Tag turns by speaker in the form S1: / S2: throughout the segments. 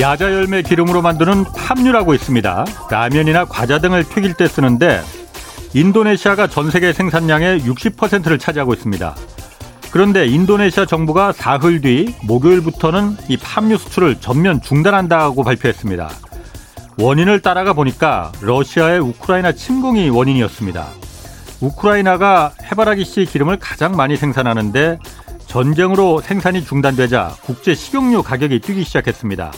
S1: 야자 열매 기름으로 만드는 팜유라고 있습니다. 라면이나 과자 등을 튀길 때 쓰는데 인도네시아가 전 세계 생산량의 60%를 차지하고 있습니다. 그런데 인도네시아 정부가 사흘 뒤 목요일부터는 이 팜유 수출을 전면 중단한다고 발표했습니다. 원인을 따라가 보니까 러시아의 우크라이나 침공이 원인이었습니다. 우크라이나가 해바라기 씨 기름을 가장 많이 생산하는데 전쟁으로 생산이 중단되자 국제 식용유 가격이 뛰기 시작했습니다.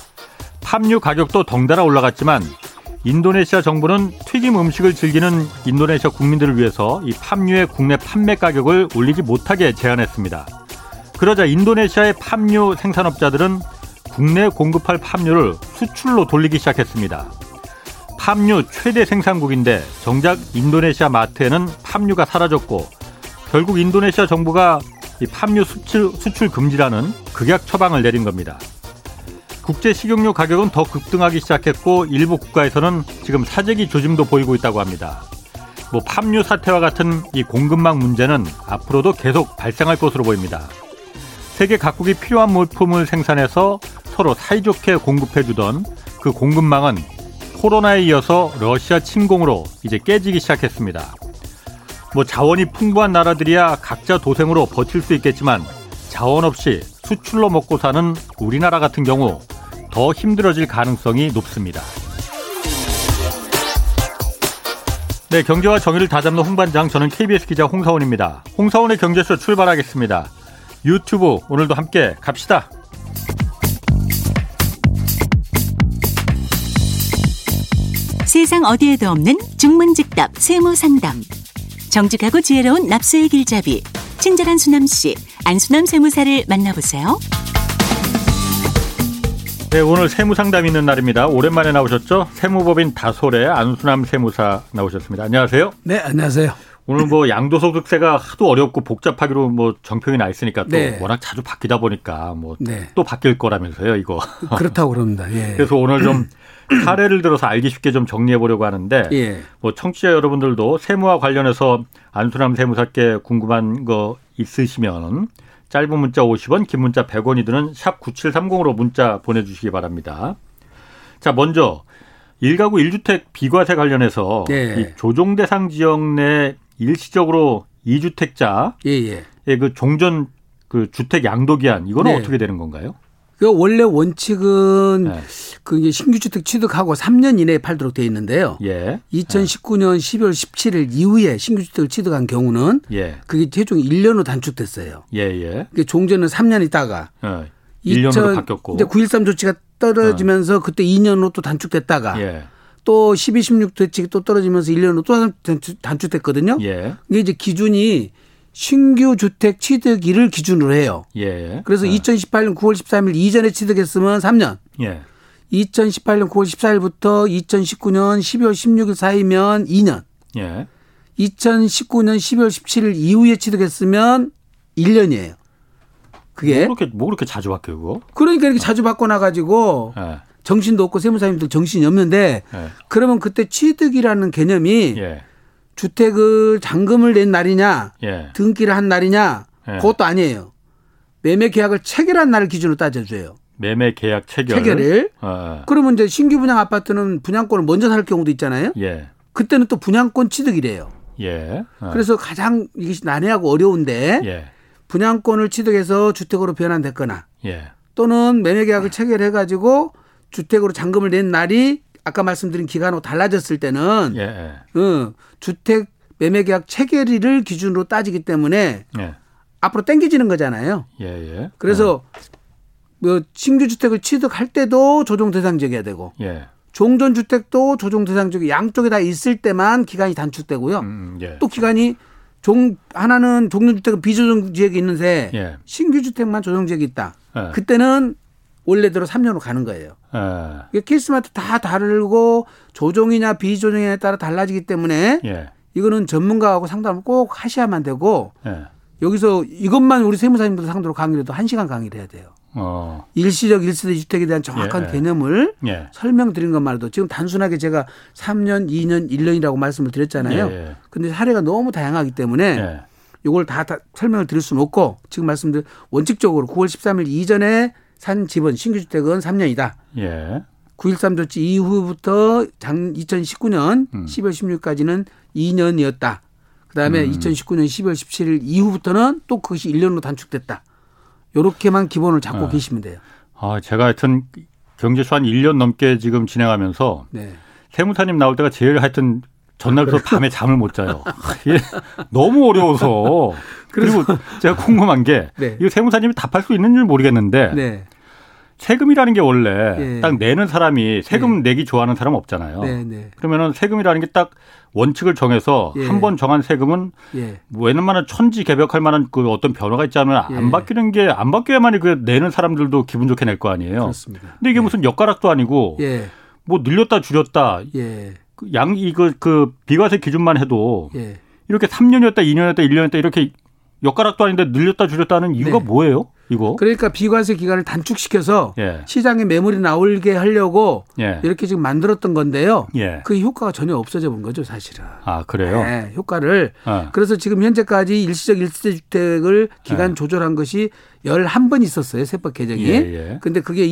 S1: 팜유 가격도 덩달아 올라갔지만 인도네시아 정부는 튀김 음식을 즐기는 인도네시아 국민들을 위해서 이 팜유의 국내 판매 가격을 올리지 못하게 제한했습니다. 그러자 인도네시아의 팜유 생산업자들은 국내 공급할 팜유를 수출로 돌리기 시작했습니다. 팜유 최대 생산국인데 정작 인도네시아 마트에는 팜유가 사라졌고 결국 인도네시아 정부가 이 팜유 수출, 수출 금지라는 극약 처방을 내린 겁니다. 국제 식용유 가격은 더 급등하기 시작했고 일부 국가에서는 지금 사재기 조짐도 보이고 있다고 합니다. 뭐 팜유 사태와 같은 이 공급망 문제는 앞으로도 계속 발생할 것으로 보입니다. 세계 각국이 필요한 물품을 생산해서 서로 사이좋게 공급해주던 그 공급망은 코로나에 이어서 러시아 침공으로 이제 깨지기 시작했습니다. 뭐 자원이 풍부한 나라들이야 각자 도생으로 버틸 수 있겠지만 자원 없이 수출로 먹고 사는 우리나라 같은 경우 더 힘들어질 가능성이 높습니다. 네, 경제와 정의를 다잡는 홍반장 저는 KBS 기자 홍사원입니다. 홍사원의 경제쇼 출발하겠습니다. 유튜브 오늘도 함께 갑시다.
S2: 세상 어디에도 없는 중문직답 세무상담. 정직하고 지혜로운 납세의 길잡이 친절한 수남 씨 안수남 세무사를 만나보세요.
S1: 네, 오늘 세무 상담 있는 날입니다. 오랜만에 나오셨죠? 세무법인 다솔의 안수남 세무사 나오셨습니다. 안녕하세요.
S3: 네, 안녕하세요.
S1: 오늘 뭐 양도소득세가 하도 어렵고 복잡하기로 뭐 정평이 나 있으니까 또
S3: 네.
S1: 워낙 자주 바뀌다 보니까 뭐 또
S3: 네.
S1: 바뀔 거라면서요, 이거.
S3: 그렇다고 그럽니다. 예.
S1: 아. 그래서 오늘 좀 사례를 들어서 알기 쉽게 좀 정리해 보려고 하는데
S3: 예.
S1: 뭐 청취자 여러분들도 세무와 관련해서 안수남 세무사께 궁금한 거 있으시면 짧은 문자 50원, 긴 문자 100원이 드는 샵 9730으로 문자 보내주시기 바랍니다. 자, 먼저 1가구 1주택 비과세 관련해서
S3: 예.
S1: 이 조정 대상 지역 내 일시적으로 2주택자의
S3: 예, 예.
S1: 그 종전 그 주택 양도 기한 이거는
S3: 네.
S1: 어떻게 되는 건가요?
S3: 그 원래 원칙은
S1: 네.
S3: 그 이제 신규 주택 취득하고 3년 이내에 팔도록 돼 있는데요.
S1: 예.
S3: 2019년 12월 17일 이후에 신규 주택을 취득한 경우는
S1: 예.
S3: 그게 최종 1년으로 단축됐어요.
S1: 예, 예.
S3: 그 종전은 3년 있다가
S1: 어, 1년으로 바뀌었고. 네.
S3: 이제 913 조치가 떨어지면서 그때 2년으로 또 단축됐다가
S1: 예.
S3: 또 12, 16 대책이 또 떨어지면서 1년으로 또 단축, 단축됐거든요.
S1: 예.
S3: 근데 이제 기준이 신규 주택 취득일을 기준으로 해요.
S1: 예.
S3: 그래서 2018년 9월 13일 이전에 취득했으면 3년,
S1: 예.
S3: 2018년 9월 14일부터 2019년 12월 16일 사이면 2년,
S1: 예.
S3: 2019년 12월 17일 이후에 취득했으면 1년이에요. 그게
S1: 뭐 그렇게 뭐 그렇게 자주 바뀌어 그거?
S3: 그러니까 이렇게 자주 바꿔놔 가지고
S1: 예.
S3: 정신도 없고 세무사님들 정신이 없는데
S1: 예.
S3: 그러면 그때 취득이라는 개념이
S1: 예.
S3: 주택을 잔금을 낸 날이냐
S1: 예.
S3: 등기를 한 날이냐
S1: 예.
S3: 그것도 아니에요. 매매 계약을 체결한 날을 기준으로 따져줘요.
S1: 매매 계약 체결.
S3: 체결을.
S1: 어, 어.
S3: 그러면 이제 신규 분양 아파트는 분양권을 먼저 살 경우도 있잖아요.
S1: 예.
S3: 그때는 또 분양권 취득이래요.
S1: 예. 어.
S3: 그래서 가장 이게 난해하고 어려운데
S1: 예.
S3: 분양권을 취득해서 주택으로 변환됐거나
S1: 예.
S3: 또는 매매 계약을 체결해 가지고 주택으로 잔금을 낸 날이 아까 말씀드린 기간하고 달라졌을 때는
S1: 예. 예.
S3: 어, 주택 매매 계약 체결일을 기준으로 따지기 때문에
S1: 예.
S3: 앞으로 땡겨지는 거잖아요.
S1: 예. 예.
S3: 그래서 뭐 신규 주택을 취득할 때도 조정 대상 지역이어야 되고
S1: 예.
S3: 종전 주택도 조정 대상 지역이 양쪽에 다 있을 때만 기간이 단축되고요.
S1: 음, 예.
S3: 어. 또 기간이 종 하나는 종전 주택은 비조정 지역이 있는데
S1: 예.
S3: 신규 주택만 조정 지역이 있다.
S1: 예.
S3: 그때는 원래대로 3년으로 가는 거예요.
S1: 예.
S3: 이게 케이스마다 다 다르고 조정이냐 비조정이냐에 따라 달라지기 때문에
S1: 예.
S3: 이거는 전문가하고 상담을 꼭 하셔야만 되고
S1: 예.
S3: 여기서 이것만 우리 세무사님들 상대로 강의를 해도 1시간 강의를 해야 돼요.
S1: 어.
S3: 일시적 일시대 주택에 대한 정확한
S1: 예, 예.
S3: 개념을
S1: 예.
S3: 설명드린 것만 해도 지금 단순하게 제가 3년, 2년, 1년이라고 말씀을 드렸잖아요. 네.
S1: 예, 예.
S3: 근데 사례가 너무 다양하기 때문에
S1: 예.
S3: 이걸 다, 다 설명을 드릴 수는 없고 지금 말씀드린 원칙적으로 9월 13일 이전에 산 집은 신규 주택은 3년이다.
S1: 예.
S3: 9.13 조치 이후부터 장 2019년
S1: 음.
S3: 12월 16일까지는 2년이었다. 그다음에 2019년 12월 17일 이후부터는 또 그것이 1년으로 단축됐다. 요렇게만 기본을 잡고
S1: 네.
S3: 계시면 돼요.
S1: 아, 제가 하여튼 경제수 한 1년 넘게 지금 진행하면서
S3: 네.
S1: 세무사님 나올 때가 제일 하여튼
S3: 아,
S1: 전날부터 밤에 잠을 못 자요. 예, 너무 어려워서. 그리고 제가 궁금한 게
S3: 네.
S1: 이거 세무사님이 답할 수 있는 줄 모르겠는데
S3: 네.
S1: 세금이라는 게 원래
S3: 예.
S1: 딱 내는 사람이 세금 내기 좋아하는 사람 없잖아요.
S3: 네, 네.
S1: 그러면은 세금이라는 게 딱 원칙을 정해서
S3: 예.
S1: 한 번 정한 세금은
S3: 예.
S1: 뭐 웬만한 천지 개벽할 만한 그 어떤 변화가 있지 않으면
S3: 예.
S1: 안 바뀌는 게 안 바뀌어야만 그 내는 사람들도 기분 좋게 낼 거 아니에요.
S3: 그렇습니다. 네.
S1: 근데 이게 무슨 엿가락도 아니고
S3: 예.
S1: 뭐 늘렸다 줄였다
S3: 예.
S1: 그 양 이거 그 비과세 기준만 해도
S3: 예.
S1: 이렇게 3년이었다 2년이었다 1년이었다 이렇게 엿가락도 아닌데 늘렸다 줄였다는 이유가
S3: 네.
S1: 뭐예요? 이거?
S3: 그러니까 비과세 기간을 단축시켜서
S1: 어? 예.
S3: 시장에 매물이 나올게 하려고
S1: 예.
S3: 이렇게 지금 만들었던 건데요.
S1: 예.
S3: 그 효과가 전혀 없어져 본 거죠, 사실은.
S1: 아, 그래요?
S3: 네, 효과를
S1: 예.
S3: 그래서 지금 현재까지 일시적 일시대 주택을 기간 조절한 것이 11번 있었어요. 세법 개정이.
S1: 예, 예.
S3: 근데 그게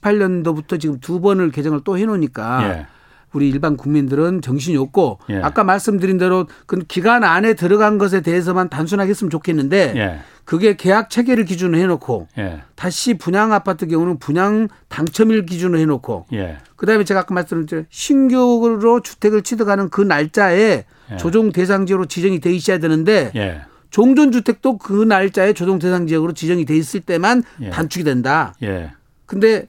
S3: 2018년도부터 지금 두 번을 개정을 또 해놓으니까
S1: 예.
S3: 우리 일반 국민들은 정신이 없고
S1: 예.
S3: 아까 말씀드린 대로 그 기간 안에 들어간 것에 대해서만 단순하게 했으면 좋겠는데
S1: 예.
S3: 그게 계약 체계를 기준으로 해놓고
S1: 예.
S3: 다시 분양 아파트 경우는 분양 당첨일 기준으로 해놓고
S1: 예.
S3: 그다음에 제가 아까 말씀드린 신규로 주택을 취득하는 그 날짜에
S1: 예.
S3: 조정 대상 지역으로 지정이 돼 있어야 되는데
S1: 예.
S3: 종전 주택도 그 날짜에 조정 대상 지역으로 지정이 돼 있을 때만
S1: 예.
S3: 단축이 된다.
S1: 예.
S3: 근데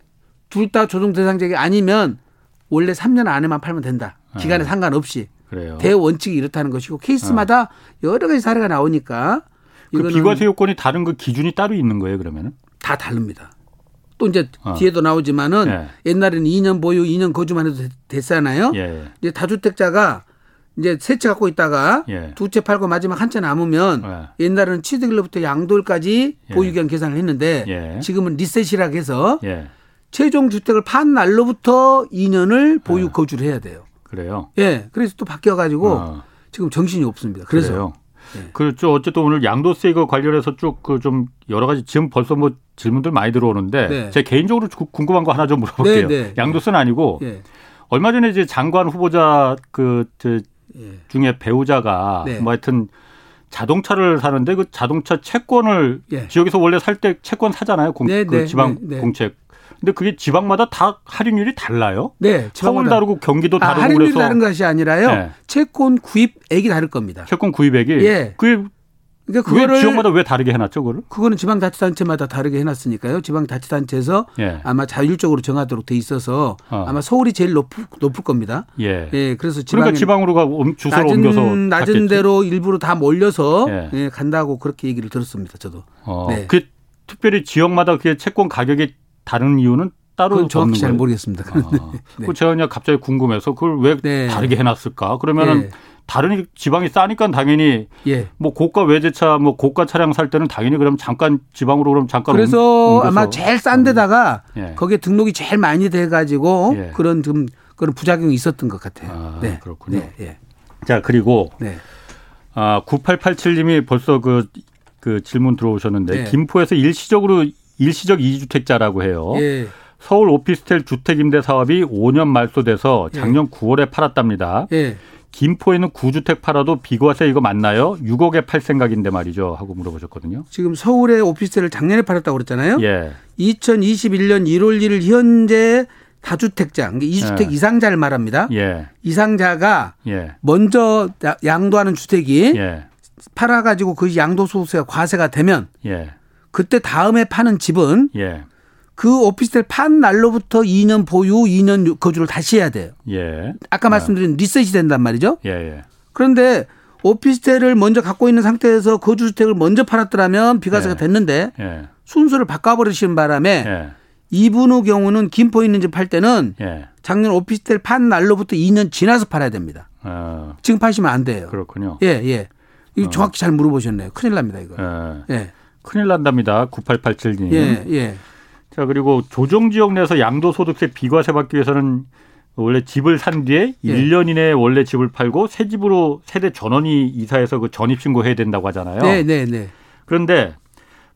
S3: 둘 다 조정 대상 지역이 아니면 원래 3년 안에만 팔면 된다.
S1: 예.
S3: 기간에 상관없이
S1: 그래요.
S3: 대원칙이 이렇다는 것이고 케이스마다 여러 가지 사례가 나오니까
S1: 어. 그
S3: 이거는
S1: 비과세 요건이 다른 그 기준이 따로 있는 거예요, 그러면은?
S3: 다 다릅니다. 또 이제
S1: 어.
S3: 뒤에도 나오지만은
S1: 예.
S3: 옛날에는 2년 보유, 2년 거주만 해도 됐- 됐잖아요.
S1: 예.
S3: 이제 다주택자가 이제 세 채 갖고 있다가
S1: 예.
S3: 두 채 팔고 마지막 한 채 남으면
S1: 예.
S3: 옛날에는 취득일로부터 양도일까지
S1: 예.
S3: 보유기간 계산을 했는데
S1: 예.
S3: 지금은 리셋이라 해서
S1: 예.
S3: 최종 주택을 판 날로부터 2년을 보유 거주를 해야 돼요.
S1: 그래요.
S3: 예, 그래서 또 바뀌어가지고
S1: 예. 어,
S3: 지금 정신이 없습니다. 그래서
S1: 그래요.
S3: 예.
S1: 그렇죠. 어쨌든 오늘 양도세 이거 관련해서 쭉 그 좀 여러 가지 지금 벌써 뭐 질문들 많이 들어오는데
S3: 네.
S1: 제 개인적으로 구- 궁금한 거 하나 좀 물어볼게요.
S3: 네, 네.
S1: 양도세는 아니고
S3: 예,
S1: 얼마 전에 이제 장관 후보자 그, 저
S3: 예,
S1: 중에 배우자가
S3: 네.
S1: 뭐 하여튼 자동차를 사는데 그 자동차 채권을
S3: 예.
S1: 지역에서 원래 살 때 채권 사잖아요. 공,
S3: 네,
S1: 그
S3: 네,
S1: 지방
S3: 네, 네.
S1: 공책. 근데 그게 지방마다 다 할인율이 달라요.
S3: 네,
S1: 서울
S3: 지방마다.
S1: 다르고 경기도
S3: 아,
S1: 다르고
S3: 할인율이
S1: 그래서
S3: 다른 것이 아니라요.
S1: 네.
S3: 채권 구입액이 다를 겁니다.
S1: 채권 구입액이
S3: 예.
S1: 그게
S3: 그러니까
S1: 왜
S3: 그거를
S1: 지역마다 왜 다르게 해놨죠, 그거를?
S3: 그거는 지방자치단체마다 다르게 해놨으니까요. 지방자치단체에서
S1: 예.
S3: 아마 자율적으로 정하도록 돼 있어서
S1: 어.
S3: 아마 서울이 제일 높을, 높을 겁니다.
S1: 예.
S3: 예, 그래서 지방
S1: 그러니까 지방으로 가 옴- 주소를
S3: 낮은
S1: 옮겨서
S3: 낮은
S1: 갔겠지.
S3: 대로 일부러 다 몰려서
S1: 예.
S3: 예, 간다고 그렇게 얘기를 들었습니다. 저도
S1: 어,
S3: 네.
S1: 그 특별히 지역마다 그 채권 가격이 다른 이유는 따로
S3: 그건 정확히
S1: 없는
S3: 잘
S1: 거예요.
S3: 모르겠습니다. 그런데
S1: 아,
S3: 네.
S1: 그 제가 그냥 갑자기 궁금해서 그걸 왜
S3: 네.
S1: 다르게 해놨을까? 그러면은
S3: 예.
S1: 다른 지방이 싸니까 당연히
S3: 예.
S1: 뭐 고가 외제차, 뭐 고가 차량 살 때는 당연히 그럼 잠깐 지방으로 그럼 잠깐
S3: 그래서
S1: 옮겨서.
S3: 아마 제일 싼 데다가
S1: 예.
S3: 거기에 등록이 제일 많이 돼가지고
S1: 예.
S3: 그런 좀 그런 부작용이 있었던 것 같아요.
S1: 아, 그렇군요.
S3: 네, 예.
S1: 자 그리고
S3: 네.
S1: 아, 9887님이 벌써 그, 그 질문 들어오셨는데
S3: 네.
S1: 김포에서 일시적으로 일시적 이주택자라고 해요.
S3: 예.
S1: 서울 오피스텔 주택 임대 사업이 5년 말소돼서 작년 9월에 팔았답니다.
S3: 예.
S1: 김포에는 구주택 팔아도 비과세 이거 맞나요? 6억에 팔 생각인데 말이죠. 하고 물어보셨거든요.
S3: 지금 서울의 오피스텔을 작년에 팔았다고 그랬잖아요.
S1: 예.
S3: 2021년 1월 1일 현재 다주택자, 그러니까 이게 이주택
S1: 예.
S3: 이상자를 말합니다.
S1: 예.
S3: 이상자가
S1: 예.
S3: 먼저 야- 양도하는 주택이
S1: 예.
S3: 팔아가지고 그 양도소득세가 과세가 되면
S1: 예.
S3: 그때 다음에 파는 집은
S1: 예.
S3: 그 오피스텔 판 날로부터 2년 보유, 2년 유- 거주를 다시 해야 돼요.
S1: 예.
S3: 아까 말씀드린 리셋이 된단 말이죠.
S1: 예. 예.
S3: 그런데 오피스텔을 먼저 갖고 있는 상태에서 거주주택을 먼저 팔았더라면 비과세가
S1: 예.
S3: 됐는데
S1: 예.
S3: 순서를 바꿔버리시는 바람에
S1: 예.
S3: 이분의 경우는 김포에 있는 집 팔 때는
S1: 예.
S3: 작년 오피스텔 판 날로부터 2년 지나서 팔아야 됩니다.
S1: 어,
S3: 지금 파시면 안 돼요.
S1: 그렇군요. 어.
S3: 예, 예. 이거 정확히 잘 물어보셨네요. 큰일 납니다, 이거.
S1: 예. 음.
S3: 예.
S1: 큰일 난답니다. 9887님.
S3: 예, 예.
S1: 자, 그리고 조정 지역 내에서 양도소득세 비과세 받기 위해서는 원래 집을 산 뒤에
S3: 예.
S1: 일 1년 이내에 원래 집을 팔고 새 집으로 세대 전원이 이사해서 그 전입 신고해야 된다고 하잖아요.
S3: 네, 네, 네.
S1: 그런데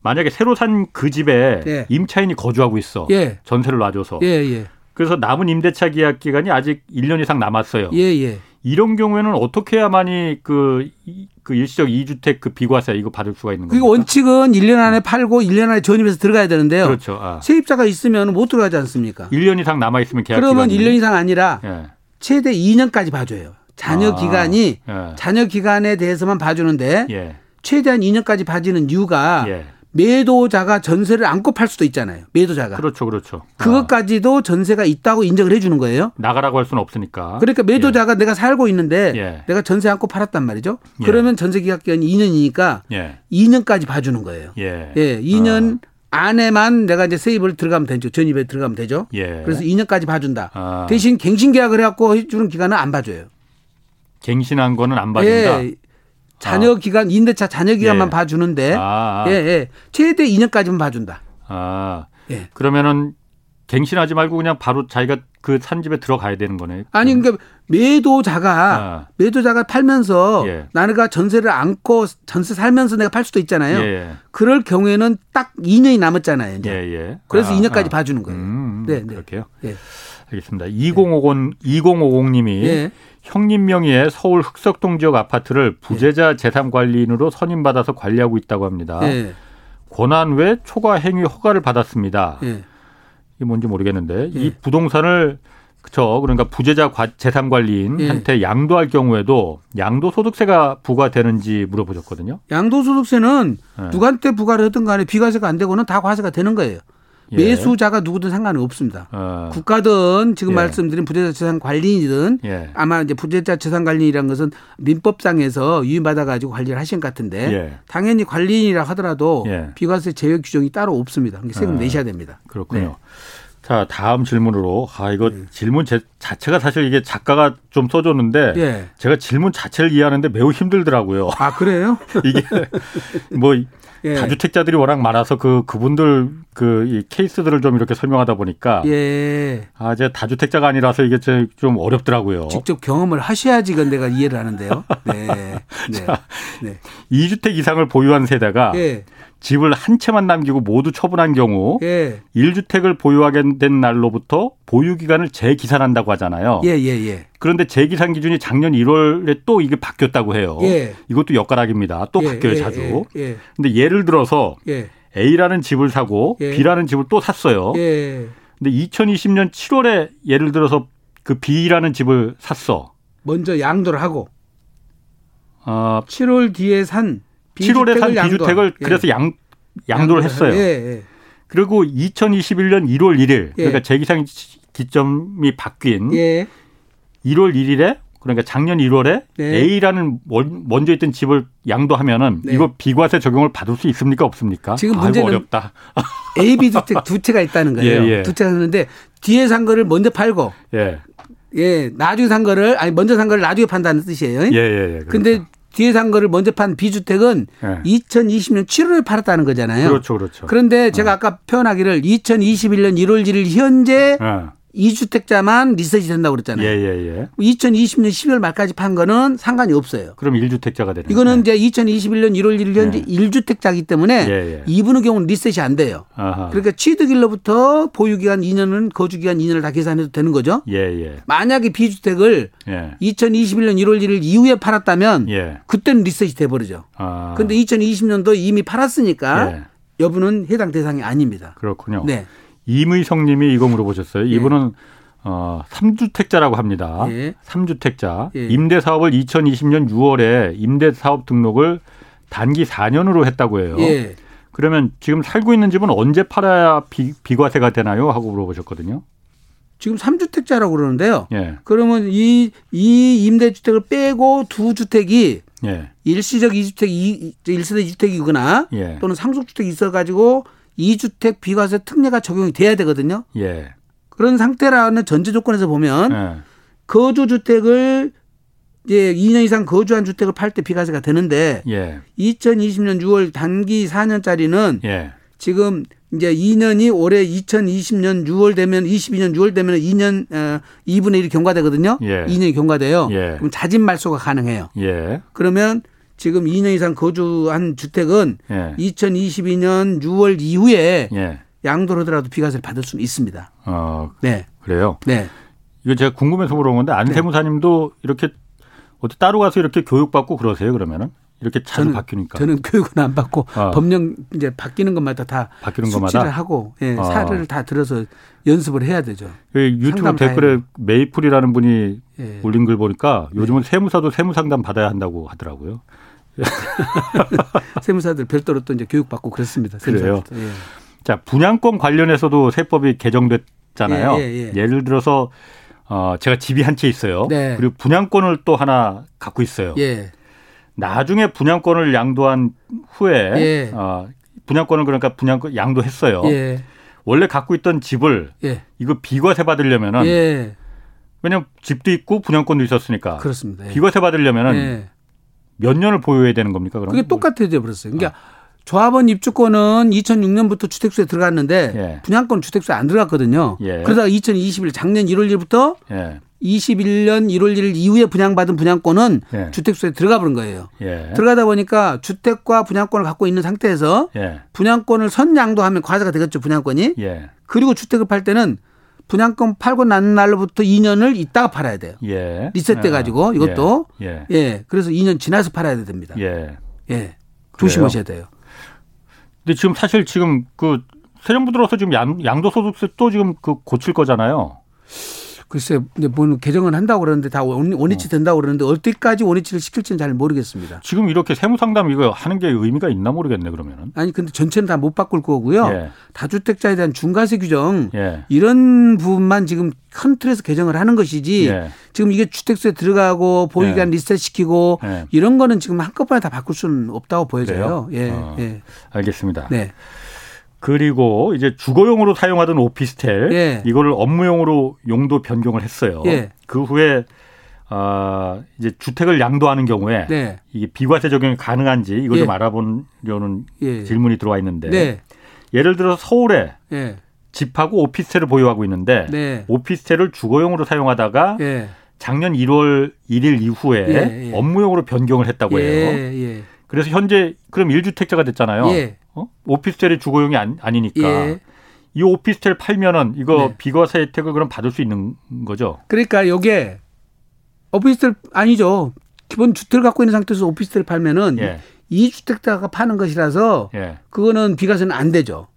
S1: 만약에 새로 산 그 집에
S3: 예.
S1: 임차인이 거주하고 있어.
S3: 예.
S1: 전세를 놔줘서.
S3: 예, 예.
S1: 그래서 남은 임대차 계약 기간이 아직 1년 이상 남았어요.
S3: 예, 예.
S1: 이런 경우에는 어떻게 해야만이 그, 이- 그 일시적 이주택그 비과세 이거 받을 수가 있는
S3: 그리고
S1: 거예요?
S3: 원칙은 1년 안에 팔고 1년 안에 전입해서 들어가야 되는데요.
S1: 그렇죠. 아.
S3: 세입자가 있으면 못 들어가지 않습니까?
S1: 1년 이상 남아 있으면 계약
S3: 그러면
S1: 기간이.
S3: 1년 이상 아니라
S1: 예.
S3: 최대 2년까지 봐줘요. 자녀
S1: 아,
S3: 기간이
S1: 예.
S3: 자녀 기간에 대해서만 봐주는데
S1: 예.
S3: 최대한 2년까지 봐주는 이유가
S1: 예.
S3: 매도자가 전세를 안고 팔 수도 있잖아요. 매도자가
S1: 그렇죠. 그렇죠. 아,
S3: 그것까지도 전세가 있다고 인정을 해주는 거예요.
S1: 나가라고 할 수는 없으니까.
S3: 그러니까 매도자가 내가 살고 있는데
S1: 예.
S3: 내가 전세 안고 팔았단 말이죠.
S1: 예.
S3: 그러면 전세 기각 기간이 2년이니까
S1: 예.
S3: 2년까지 봐주는 거예요.
S1: 예.
S3: 예, 2년 안에만 내가 이제 세입을 들어가면 되죠. 전입에 들어가면 되죠.
S1: 예.
S3: 그래서 2년까지 봐준다.
S1: 아.
S3: 대신 갱신 계약을 해갖고 해주는 기간은 안 봐줘요.
S1: 갱신한 거는 안 받는다. 아.
S3: 예, 자녀 기간 임대차 자녀 기간만
S1: 예.
S3: 봐주는데
S1: 아.
S3: 예, 예, 최대 2년까지만 봐준다.
S1: 아.
S3: 예.
S1: 그러면은 갱신하지 말고 그냥 바로 자기가 그 산 집에 들어가야 되는 거네.
S3: 아니 그러니까 매도자가
S1: 아.
S3: 매도자가 팔면서
S1: 예.
S3: 나내가 전세를 안고 전세 살면서 내가 팔 수도 있잖아요.
S1: 예.
S3: 그럴 경우에는 딱 2년이 남았잖아요.
S1: 예,
S3: 이제.
S1: 예.
S3: 그래서
S1: 아,
S3: 2년까지
S1: 아.
S3: 봐주는 거예요.
S1: 음,
S3: 네, 네.
S1: 그렇게요.
S3: 예.
S1: 알겠습니다. 2050 2050님이
S3: 예.
S1: 형님 명의의 서울 흑석동 지역 아파트를 부재자 재산 관리인으로 선임받아서 관리하고 있다고 합니다.
S3: 예.
S1: 권한 외 초과 행위 허가를 받았습니다.
S3: 예.
S1: 이게 뭔지 모르겠는데
S3: 예.
S1: 이 부동산을 그쵸 그러니까 부재자 과- 재산
S3: 예.
S1: 관리인한테 양도할 경우에도 양도 소득세가 부과되는지 물어보셨거든요.
S3: 양도소득세는
S1: 예.
S3: 누구한테 부과를 하든 간에 비과세가 안 되고는 다 과세가 되는 거예요.
S1: 예.
S3: 매수자가 누구든 상관은 없습니다.
S1: 어,
S3: 국가든 지금
S1: 예.
S3: 말씀드린 부재자 재산 관리인이든
S1: 예.
S3: 아마 이제 부재자 재산 관리인이라는 것은 민법상에서 유인받아 가지고 관리를 하신 것 같은데
S1: 예.
S3: 당연히 관리인이라 하더라도
S1: 예.
S3: 비과세 제외 규정이 따로 없습니다. 그러니까 세금
S1: 아.
S3: 내셔야 됩니다.
S1: 그렇군요. 자 다음 질문으로 아 이거
S3: 예.
S1: 질문 제- 자체가 사실 이게 작가가 좀 써줬는데
S3: 예.
S1: 제가 질문 자체를 이해하는데 매우 힘들더라고요.
S3: 아 그래요?
S1: 이게 뭐
S3: 예.
S1: 다주택자들이 워낙 많아서 그 그분들 그 이 케이스들을 좀 이렇게 설명하다 보니까
S3: 예.
S1: 아 이제 다주택자가 아니라서 이게 제- 좀 어렵더라고요.
S3: 직접 경험을 하셔야지 건 내가 이해를 하는데요. 네. 네. 네.
S1: 이주택 이상을 보유한 세대가
S3: 예.
S1: 집을 한 채만 남기고 모두 처분한 경우
S3: 예.
S1: 일주택을 보유하게 된 날로부터 보유 기간을 재기산한다고 하잖아요.
S3: 예, 예, 예.
S1: 그런데 재기산 기준이 작년 1월에 또 이게 바뀌었다고 해요.
S3: 예.
S1: 이것도 엿가락입니다. 또
S3: 예,
S1: 바뀌어요,
S3: 예,
S1: 자주.
S3: 예. 예.
S1: 근데 예를 들어서
S3: 예.
S1: A라는 집을 사고
S3: 예.
S1: B라는 집을 또 샀어요.
S3: 예.
S1: 근데 2020년 7월에 예를 들어서 그 B라는 집을 샀어.
S3: 먼저 양도를 하고
S1: 아,
S3: 7월 뒤에 산
S1: 7월에 산
S3: 양도하고.
S1: 비주택을
S3: 예.
S1: 그래서 양 양도를 했어요.
S3: 예, 예.
S1: 그리고 2021년 1월 1일
S3: 예.
S1: 그러니까 재기상 기점이 바뀐
S3: 예.
S1: 1월 1일에 그러니까 작년 1월에
S3: 네.
S1: A라는 원- 먼저 있던 집을 양도하면은
S3: 네.
S1: 이거 비과세 적용을 받을 수 있습니까 없습니까?
S3: 지금
S1: 아이고,
S3: 문제는
S1: 어렵다.
S3: A, B 주택 두 채가 있다는 거예요.
S1: 예, 예.
S3: 두 채가 있는데 뒤에 산 거를 먼저 팔고
S1: 예.
S3: 예, 나중에 산 거를 아니 먼저 산 거를 나중에 판다는 뜻이에요.
S1: 예, 예, 예.
S3: 네? 근데 뒤에 산 거를 먼저 판 비주택은
S1: 예.
S3: 2020년 7월에 팔았다는 거잖아요.
S1: 그렇죠, 그렇죠.
S3: 런데 제가 아까 표현하기를 2021년 1월 1일 현재
S1: 예.
S3: 이주택자만 리셋이 된다고
S1: 예,
S3: 그랬잖아요.
S1: 예, 예.
S3: 2020년 12월 말까지 판 거는 상관이 없어요.
S1: 그럼 1주택자가 되는
S3: 이거는 이제 2021년 1월 1일 현재
S1: 예.
S3: 일주택자이기 때문에
S1: 예, 예.
S3: 이분의 경우는 리셋이 안 돼요.
S1: 아하.
S3: 그러니까 취득일로부터 보유기간 2년은 거주기간 2년을 다 계산해도 되는 거죠.
S1: 예, 예.
S3: 만약에 비주택을
S1: 예.
S3: 2021년 1월 1일 이후에 팔았다면
S1: 예.
S3: 그때는 리셋이 돼버리죠.
S1: 아.
S3: 근데 2020년도 이미 팔았으니까
S1: 예. 어,
S3: 여부는 해당 대상이 아닙니다.
S1: 그렇군요.
S3: 네.
S1: 이무희성 님이 이거 물어보셨어요. 이분은 어, 3주택자라고 합니다.
S3: 예.
S1: 삼 3주택자.
S3: 예.
S1: 임대 사업을 2020년 6월에 임대 사업 등록을 단기 4년으로 했다고 해요.
S3: 예.
S1: 그러면 지금 살고 있는 집은 언제 팔아야 비, 비과세가 되나요? 하고 물어보셨거든요.
S3: 지금 3주택자라고 그러는데요.
S1: 예.
S3: 그러면 이, 이 임대주택을 빼고 두 주택이
S1: 예.
S3: 일시적 이주택 이, 이- 일시적 이주택이거나
S1: 예.
S3: 또는 상속주택이 있어가지고 이주택 비과세 특례가 적용이 돼야 되거든요.
S1: 예. 예.
S3: 그런 상태라는 전제 조건에서
S1: 네.
S3: 보면 거주주택을 이제 2년 이상 거주한 주택을 팔 때 비과세가 되는데
S1: 예.
S3: 2020년 6월 단기 4년짜리는
S1: 예.
S3: 지금 이제 2년이 올해 2020년 6월 되면 22년 6월 되면 2년 어, 2분의 1이 경과되거든요.
S1: 예.
S3: 2년이 경과돼요.
S1: 예.
S3: 그럼 자진 말소가 가능해요.
S1: 예.
S3: 그러면 지금 2년 이상 거주한 주택은
S1: 예.
S3: 2022년 6월 이후에
S1: 예.
S3: 양도하더라도 비과세를 받을 수는 있습니다.
S1: 어,
S3: 네,
S1: 그래요.
S3: 네.
S1: 이거 제가 궁금해서 물어본 건데 안세무사님도 이렇게 어디 따로 가서 이렇게 교육받고 그러세요 그러면은 이렇게 자주 바뀌니까
S3: 저는 교육은 안 받고
S1: 어.
S3: 법령 이제 바뀌는 것마다 다
S1: 바뀌는
S3: 수치를
S1: 것마다
S3: 하고 예,
S1: 어.
S3: 사례를 다 들어서 연습을 해야 되죠.
S1: 그 유튜브
S3: 상담 다
S1: 댓글에 메이플이라는 분이
S3: 예.
S1: 올린 글 보니까 요즘은 세무사도 세무 상담 받아야 한다고 하더라고요.
S3: 세무사들 별도로 또 이제 교육받고 그렇습니다.
S1: 그래요?
S3: 세무사들. 예.
S1: 자 분양권 관련해서도 세법이 개정됐잖아요.
S3: 예, 예, 예.
S1: 를 들어서 어, 제가 집이 한 채 있어요.
S3: 네.
S1: 그리고 분양권을 또 하나 갖고 있어요.
S3: 예.
S1: 나중에 분양권을 양도한 후에
S3: 예.
S1: 어, 분양권을 그러니까 분양권 양도했어요.
S3: 예.
S1: 원래 갖고 있던 집을
S3: 예.
S1: 이거 비과세 받으려면은
S3: 예.
S1: 왜냐면 집도 있고 분양권도 있었으니까
S3: 그렇습니다. 예.
S1: 비과세 받으려면은
S3: 예.
S1: 몇 년을 보유해야 되는 겁니까? 그럼
S3: 그게 똑같아져 버렸어요. 그러니까 조합원 입주권은 2006년부터 주택수에 들어갔는데
S1: 예.
S3: 분양권 주택수에 안 들어갔거든요.
S1: 예.
S3: 그러다가 2021 작년 1월 1일부터
S1: 예,
S3: 21년 1월 1일 이후에 분양받은 분양권은
S1: 예.
S3: 주택수에 들어가 버린 거예요.
S1: 예,
S3: 들어가다 보니까 주택과 분양권을 갖고 있는 상태에서
S1: 예,
S3: 분양권을 선양도하면 과세가 되겠죠 분양권이.
S1: 예,
S3: 그리고 주택을 팔 때는 분양권 팔고 난 날로부터 2년을 있다가 팔아야 돼요.
S1: 예.
S3: 리셋돼 가지고
S1: 예,
S3: 이것도
S1: 예,
S3: 예, 그래서 2년 지나서 팔아야 됩니다. 예,
S1: 예.
S3: 조심하셔야 돼요.
S1: 근데 지금 사실 지금 그 세정부 들어서 지금 양, 양도소득세 또 지금 그 고칠 거잖아요.
S3: 글쎄, 근데 뭔 개정은 한다고 그러는데 다 원-
S1: 어.
S3: 원위치 된다고 그러는데 어디까지 원위치를 시킬지는 잘 모르겠습니다.
S1: 지금 이렇게 세무상담 이거 하는 게 의미가 있나 모르겠네 그러면은.
S3: 아니 근데 전체는 다 못 바꿀 거고요.
S1: 예.
S3: 다주택자에 대한 중과세 규정
S1: 예,
S3: 이런 부분만 지금 큰 틀에서 개정을 하는 것이지
S1: 예.
S3: 지금 이게 주택수에 들어가고 보유기간 리셋시키고
S1: 예.
S3: 이런 거는 지금 한꺼번에 다 바꿀 수는 없다고 보여져요. 예,
S1: 어.
S3: 예,
S1: 알겠습니다.
S3: 네,
S1: 그리고 이제 주거용으로 사용하던 오피스텔
S3: 예.
S1: 이거를 업무용으로 용도 변경을 했어요.
S3: 예.
S1: 그 후에 아 이제 주택을 양도하는 경우에
S3: 네,
S1: 이게 비과세 적용이 가능한지 이걸
S3: 예.
S1: 좀 알아보려는
S3: 예.
S1: 질문이 들어와 있는데
S3: 네, 네,
S1: 예를 들어 서울에
S3: 예,
S1: 집하고 오피스텔을 보유하고 있는데
S3: 네,
S1: 오피스텔을 주거용으로 사용하다가
S3: 예, 작년
S1: 1월 1일 이후에
S3: 예, 예.
S1: 업무용으로 변경을 했다고 해요.
S3: 예,
S1: 그래서 현재 그럼 1주택자가 됐잖아요.
S3: 예.
S1: 어? 오피스텔이 주거용이 아니, 니까
S3: 예.
S1: 이 오피스텔 팔면은 이거
S3: 네.
S1: 비과세 혜택을 그럼 받을 수 있는 거죠?
S3: 그러니까 요게 오피스텔 아니죠. 기본 주택을 갖고 있는 상태에서 오피스텔 팔면은
S1: 예.
S3: 이주택자가 파는 것이라서
S1: 예.
S3: 그거는 비과세는 안 되죠.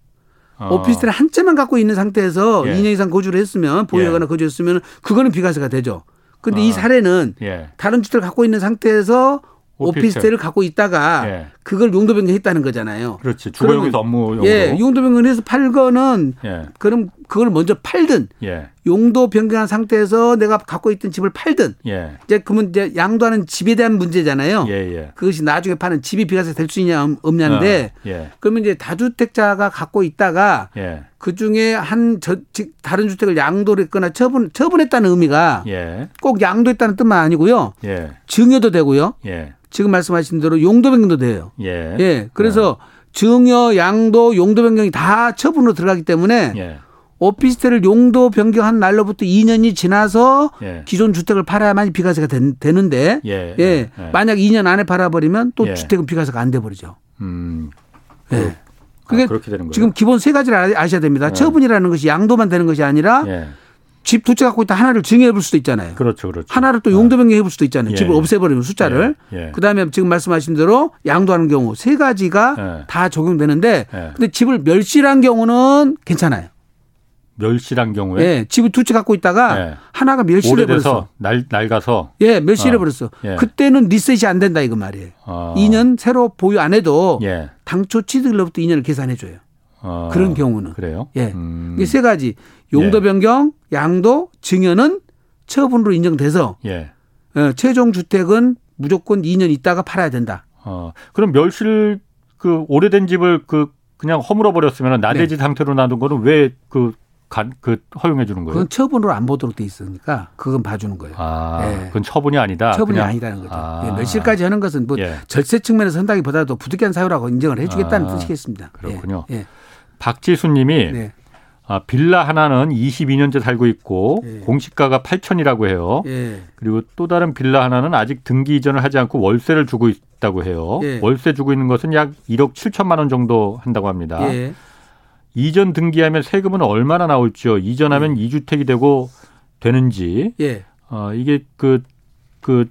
S1: 어,
S3: 오피스텔 한 채만 갖고 있는 상태에서
S1: 예.
S3: 2년 이상 거주를 했으면 보유하거나 거주했으면 그거는 비과세가 되죠. 근데 이
S1: 아.
S3: 사례는
S1: 예.
S3: 다른 주택을 갖고 있는 상태에서
S1: 오피스텔.
S3: 오피스텔. 을 갖고 있다가
S1: 예.
S3: 그걸 용도 변경했다는 거잖아요.
S1: 그렇지. 주거용에서
S3: 그러면-
S1: 업무용으로.
S3: 예, 용도 변경해서 팔 거는
S1: 예.
S3: 그럼 그걸 먼저 팔든
S1: 예.
S3: 용도 변경한 상태에서 내가 갖고 있던 집을 팔든
S1: 예.
S3: 이제 그러면 이제 양도하는 집에 대한 문제잖아요.
S1: 예. 예.
S3: 그것이 나중에 파는 집이 비과세 될 수 있냐 없- 없냐인데
S1: 어, 예.
S3: 그러면 이제 다주택자가 갖고 있다가
S1: 예.
S3: 그 중에 한 저, 즉 다른 주택을 양도를 했거나 처분 처분했다는 의미가
S1: 예.
S3: 꼭 양도했다는 뜻만 아니고요.
S1: 예.
S3: 증여도 되고요.
S1: 예.
S3: 지금 말씀하신 대로 용도 변경도 돼요.
S1: 예.
S3: 예. 그래서
S1: 네.
S3: 증여, 양도, 용도 변경이 다 처분으로 들어가기 때문에
S1: 예.
S3: 오피스텔을 용도 변경한 날로부터 2년이 지나서
S1: 예.
S3: 기존 주택을 팔아야만 비과세가 된- 되는데
S1: 예,
S3: 예,
S1: 예, 예.
S3: 만약 2년 안에 팔아버리면 또
S1: 예.
S3: 주택은 비과세가 안 돼 버리죠.
S1: 음.
S3: 예.
S1: 아,
S3: 그게
S1: 그렇게 되는 거예요.
S3: 지금 기본 세 가지를 아- 아셔야 됩니다. 처분이라는 것이 양도만 되는 것이 아니라
S1: 예.
S3: 집 두 채 갖고 있다 하나를 증여해 볼 수도 있잖아요.
S1: 그렇죠. 그렇죠.
S3: 하나를 또 용도 변경해 볼 수도 있잖아요.
S1: 예,
S3: 집을
S1: 예.
S3: 없애버리면 숫자를.
S1: 예, 예.
S3: 그다음에 지금 말씀하신 대로 양도하는 경우 세 가지가
S1: 예.
S3: 다 적용되는데
S1: 예.
S3: 근데 집을 멸실한 경우는 괜찮아요.
S1: 멸실한 경우에
S3: 예, 집을 두 채 갖고 있다가
S1: 예.
S3: 하나가 멸실해 버렸어.
S1: 오래돼서 날 낡아서
S3: 예, 멸실해
S1: 어,
S3: 버렸어.
S1: 예.
S3: 그때는 리셋이 안 된다 이거 말이에요.
S1: 어,
S3: 2년 새로 보유 안 해도
S1: 예.
S3: 당초 취득일로부터 2년을 계산해 줘요.
S1: 어,
S3: 그런 경우는.
S1: 그래요?
S3: 예.
S1: 음,
S3: 이 세 가지 용도
S1: 예.
S3: 변경, 양도, 증여는 처분으로 인정돼서
S1: 예.
S3: 어, 최종 주택은 무조건 2년 있다가 팔아야 된다.
S1: 어, 그럼 멸실 그 오래된 집을 그 그냥 허물어 버렸으면
S3: 네.
S1: 나대지 상태로 놔둔 거는 왜그그 허용해 주는 거예요?
S3: 그건 처분으로 안 보도록 돼 있으니까 그건 봐주는 거예요.
S1: 아,
S3: 예.
S1: 그건 처분이 아니다.
S3: 처분이
S1: 그냥-
S3: 아니다는 거죠.
S1: 아.
S3: 예, 멸실까지 하는 것은 뭐
S1: 예.
S3: 절세 측면에서 한다기보다도 부득이한 사유라고 인정을 해주겠다는
S1: 아,
S3: 뜻이겠습니다. 예,
S1: 그렇군요.
S3: 예,
S1: 박지수님이
S3: 네,
S1: 아, 빌라 하나는 22년째 살고 있고
S3: 예.
S1: 공시가가 8천이라고 해요.
S3: 예,
S1: 그리고 또 다른 빌라 하나는 아직 등기 이전을 하지 않고 월세를 주고 있- 있다고 해요.
S3: 예.
S1: 월세 주고 있는 것은 약 1억 7천만 원 정도 한다고 합니다.
S3: 예.
S1: 이전 등기하면 세금은 얼마나 나올지요? 이전하면 이주택이 되고 되는지
S3: 예.
S1: 어, 이게 그, 그,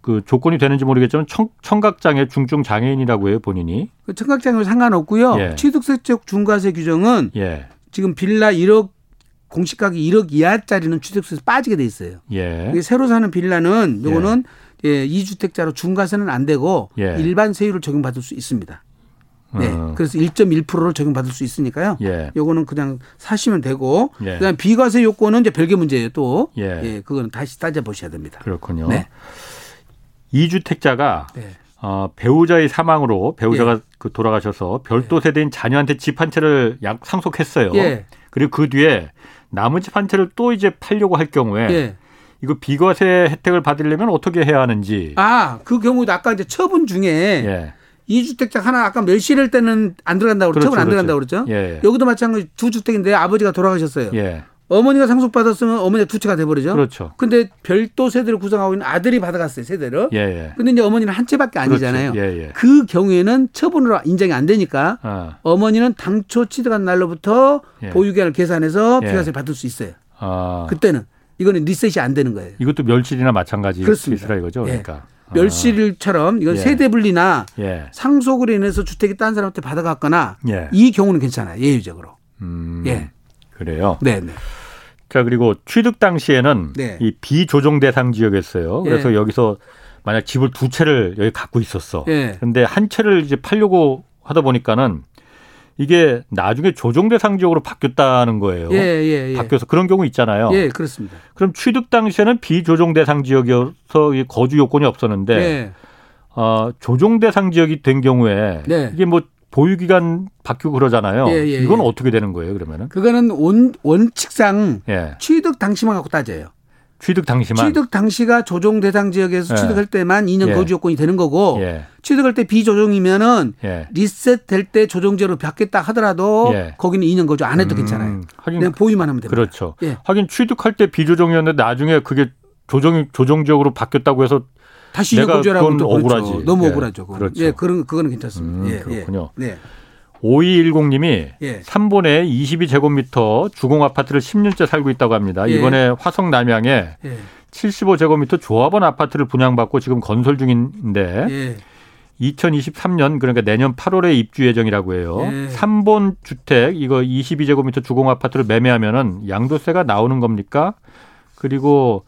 S1: 그 조건이 되는지 모르겠지만 청, 각장애 중증 장애인이라고 해요 본인이.
S3: 그 청각장애와 상관없고요.
S1: 예.
S3: 취득세적 중과세 규정은
S1: 예,
S3: 지금 빌라 1억 공시 가격 1억 이하짜리는 취득세에서 빠지게 돼 있어요.
S1: 예,
S3: 이게 새로 사는 빌라는 요거는 예, 이주택자로 중과세는 안 되고
S1: 예.
S3: 일반 세율을 적용받을 수 있습니다. 네.
S1: 어,
S3: 그래서 1.1%를 적용받을 수 있으니까요.
S1: 예,
S3: 요거는 그냥 사시면 되고
S1: 예.
S3: 그다음 비과세 요건은 이제 별개 문제예요 또.
S1: 예.
S3: 예. 그거는 다시 따져 보셔야 됩니다.
S1: 그렇군요.
S3: 네.
S1: 이주택자가
S3: 네. 예.
S1: 어, 배우자의 사망으로 배우자가 그 돌아가셔서 별도 세대인 자녀한테 집 한 채를 약 상속했어요.
S3: 예.
S1: 그리고 그 뒤에 남은 집 한 채를 또 이제 팔려고 할 경우에
S3: 예.
S1: 이거 비과세 혜택을 받으려면 어떻게 해야 하는지.
S3: 아, 네. 그 경우도 아까 이제 처분 중에
S1: 예.
S3: 이주택자 하나 아까 멸실할 때는 안 들어간다고 그죠
S1: 그렇죠,
S3: 처분 안
S1: 그렇죠.
S3: 들어간다고 그랬죠.
S1: 예.
S3: 여기도 마찬가지 두 주택인데 아버지가 돌아가셨어요.
S1: 예.
S3: 어머니가 상속받았으면 어머니가 두 채가 돼 버리죠.
S1: 그렇죠.
S3: 근데 별도 세대를 구성하고 있는 아들이 받아갔어요, 세대를.
S1: 예, 예.
S3: 근데 이제 어머니는 한 채밖에 아니잖아요.
S1: 그렇죠. 예, 예.
S3: 그 경우에는 처분으로 인정이 안 되니까
S1: 아,
S3: 어머니는 당초 취득한 날로부터
S1: 예.
S3: 보유기한을 계산해서
S1: 예.
S3: 비과세 를 받을 수 있어요.
S1: 아.
S3: 그때는 이거는 리셋이 안 되는 거예요.
S1: 이것도 멸실이나 마찬가지
S3: 그렇습니다.
S1: 기스라 이거죠.
S3: 예.
S1: 그러니까. 아,
S3: 멸실처럼 이건
S1: 예.
S3: 세대 분리나
S1: 예.
S3: 상속으로 인해서 주택이 딴 사람한테 받아갔거나
S1: 예.
S3: 이 경우는 괜찮아요. 예외적으로.
S1: 음,
S3: 예.
S1: 그래요.
S3: 네, 네.
S1: 자, 그리고 취득 당시에는
S3: 네.
S1: 이 비조정 대상 지역이었어요. 그래서
S3: 예.
S1: 여기서 만약 집을 두 채를 여기 갖고 있었어.
S3: 예.
S1: 근데 한 채를 이제 팔려고 하다 보니까는 이게 나중에 조정 대상 지역으로 바뀌었다는 거예요.
S3: 예, 예, 예.
S1: 바뀌어서 그런 경우 있잖아요.
S3: 예, 그렇습니다.
S1: 그럼 취득 당시에는 비조정 대상 지역이어서 이 거주 요건이 없었는데
S3: 예.
S1: 어, 조정 대상 지역이 된 경우에
S3: 네.
S1: 이게 뭐 보유 기간 바뀌고 그러잖아요.
S3: 예, 예,
S1: 이건
S3: 예.
S1: 어떻게 되는 거예요, 그러면은?
S3: 그거는 원, 원칙상
S1: 예.
S3: 취득 당시만 갖고 따져요.
S1: 취득 당시만
S3: 취득 당시가 조정 대상 지역에서
S1: 예.
S3: 취득할 때만 2년
S1: 예.
S3: 거주 요건이 되는 거고
S1: 예.
S3: 취득할 때 비조정이면은
S1: 예.
S3: 리셋 될 때 조정제로 바뀌었다 하더라도
S1: 예.
S3: 거기는 2년 거주 안 해도
S1: 음,
S3: 괜찮아요.
S1: 하긴
S3: 그냥 보유만 하면 됩니다.
S1: 그렇죠.
S3: 예.
S1: 하긴 취득할 때 비조정이었는데 나중에 그게 조정 조정적으로 바뀌었다고 해서
S3: 다시 2년
S1: 내가
S3: 거주라고
S1: 그건
S3: 또
S1: 억울하지.
S3: 그렇죠. 너무
S1: 예.
S3: 억울하죠. 그건.
S1: 그렇죠.
S3: 예, 그런 그거는 괜찮습니다.
S1: 음,
S3: 예, 예.
S1: 그렇군요.
S3: 네.
S1: 5210님이
S3: 예.
S1: 삼본에 22제곱미터 주공 아파트를 10년째 살고 있다고 합니다.
S3: 예.
S1: 이번에 화성 남양에
S3: 예.
S1: 75제곱미터 조합원 아파트를 분양받고 지금 건설 중인데
S3: 예.
S1: 2023년 그러니까 내년 8월에 입주 예정이라고 해요.
S3: 예.
S1: 삼본 주택 이거 22제곱미터 주공 아파트를 매매하면은 양도세가 나오는 겁니까? 그리고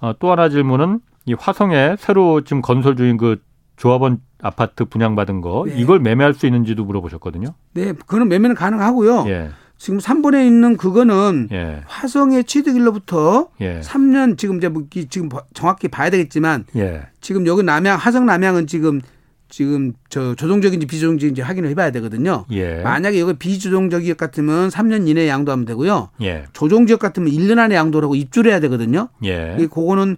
S1: 어, 또 하나 질문은 이 화성에 새로 지금 건설 중인 그 조합원 아파트 분양받은 거
S3: 예.
S1: 이걸 매매할 수 있는지도 물어보셨거든요.
S3: 네, 그거는 매매는 가능하고요.
S1: 예.
S3: 지금 3번에 있는 그거는
S1: 예.
S3: 화성의 취득일로부터
S1: 예.
S3: 3년 지금 이제 뭐 이- 지금 봐- 정확히 봐야 되겠지만
S1: 예.
S3: 지금 여기 남양 화성 남양은 지금 지금 저 조정적인지 비조정적인지 확인을 해봐야 되거든요.
S1: 예.
S3: 만약에 여기 비조정적 지역 같으면 3년 이내 에 양도하면 되고요.
S1: 예.
S3: 조정 지역 같으면 1년 안에 양도를 하고 입주를 해야 되거든요.
S1: 예.
S3: 이 그거는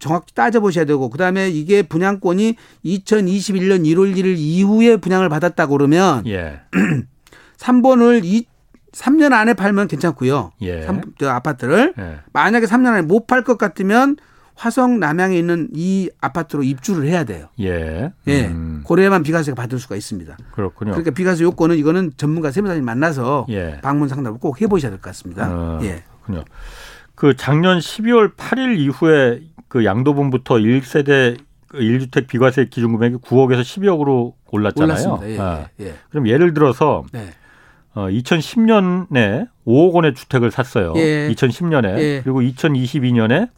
S3: 정확히 따져보셔야 되고 그다음에 이게 분양권이 2021년 1월 1일 이후에 분양을 받았다고 그러면
S1: 예.
S3: 3번을 이 3년 안에 팔면 괜찮고요.
S1: 예.
S3: 삼- 저 아파트를
S1: 예.
S3: 만약에 3년 안에 못 팔 것 같으면 화성 남양에 있는 이 아파트로 입주를 해야 돼요.
S1: 예.
S3: 예.
S1: 음, 어.
S3: 고래만 비과세가 받을 수가 있습니다.
S1: 그렇군요.
S3: 그러니까 비과세 요건은 이거는 전문가 세무사님 만나서
S1: 예.
S3: 방문 상담을 꼭 해보셔야 될 것 같습니다.
S1: 아,
S3: 예.
S1: 그렇군요. 그 작년 12월 8일 이후에 그 양도분부터 1세대 1주택 비과세 기준 금액이 9억에서 12억으로 올랐잖아요.
S3: 올랐습니다. 예,
S1: 아,
S3: 예, 예.
S1: 그럼 예를 들어서
S3: 네.
S1: 어, 2010년에 5억 원의 주택을 샀어요.
S3: 예.
S1: 2010년에
S3: 예.
S1: 그리고 2022년에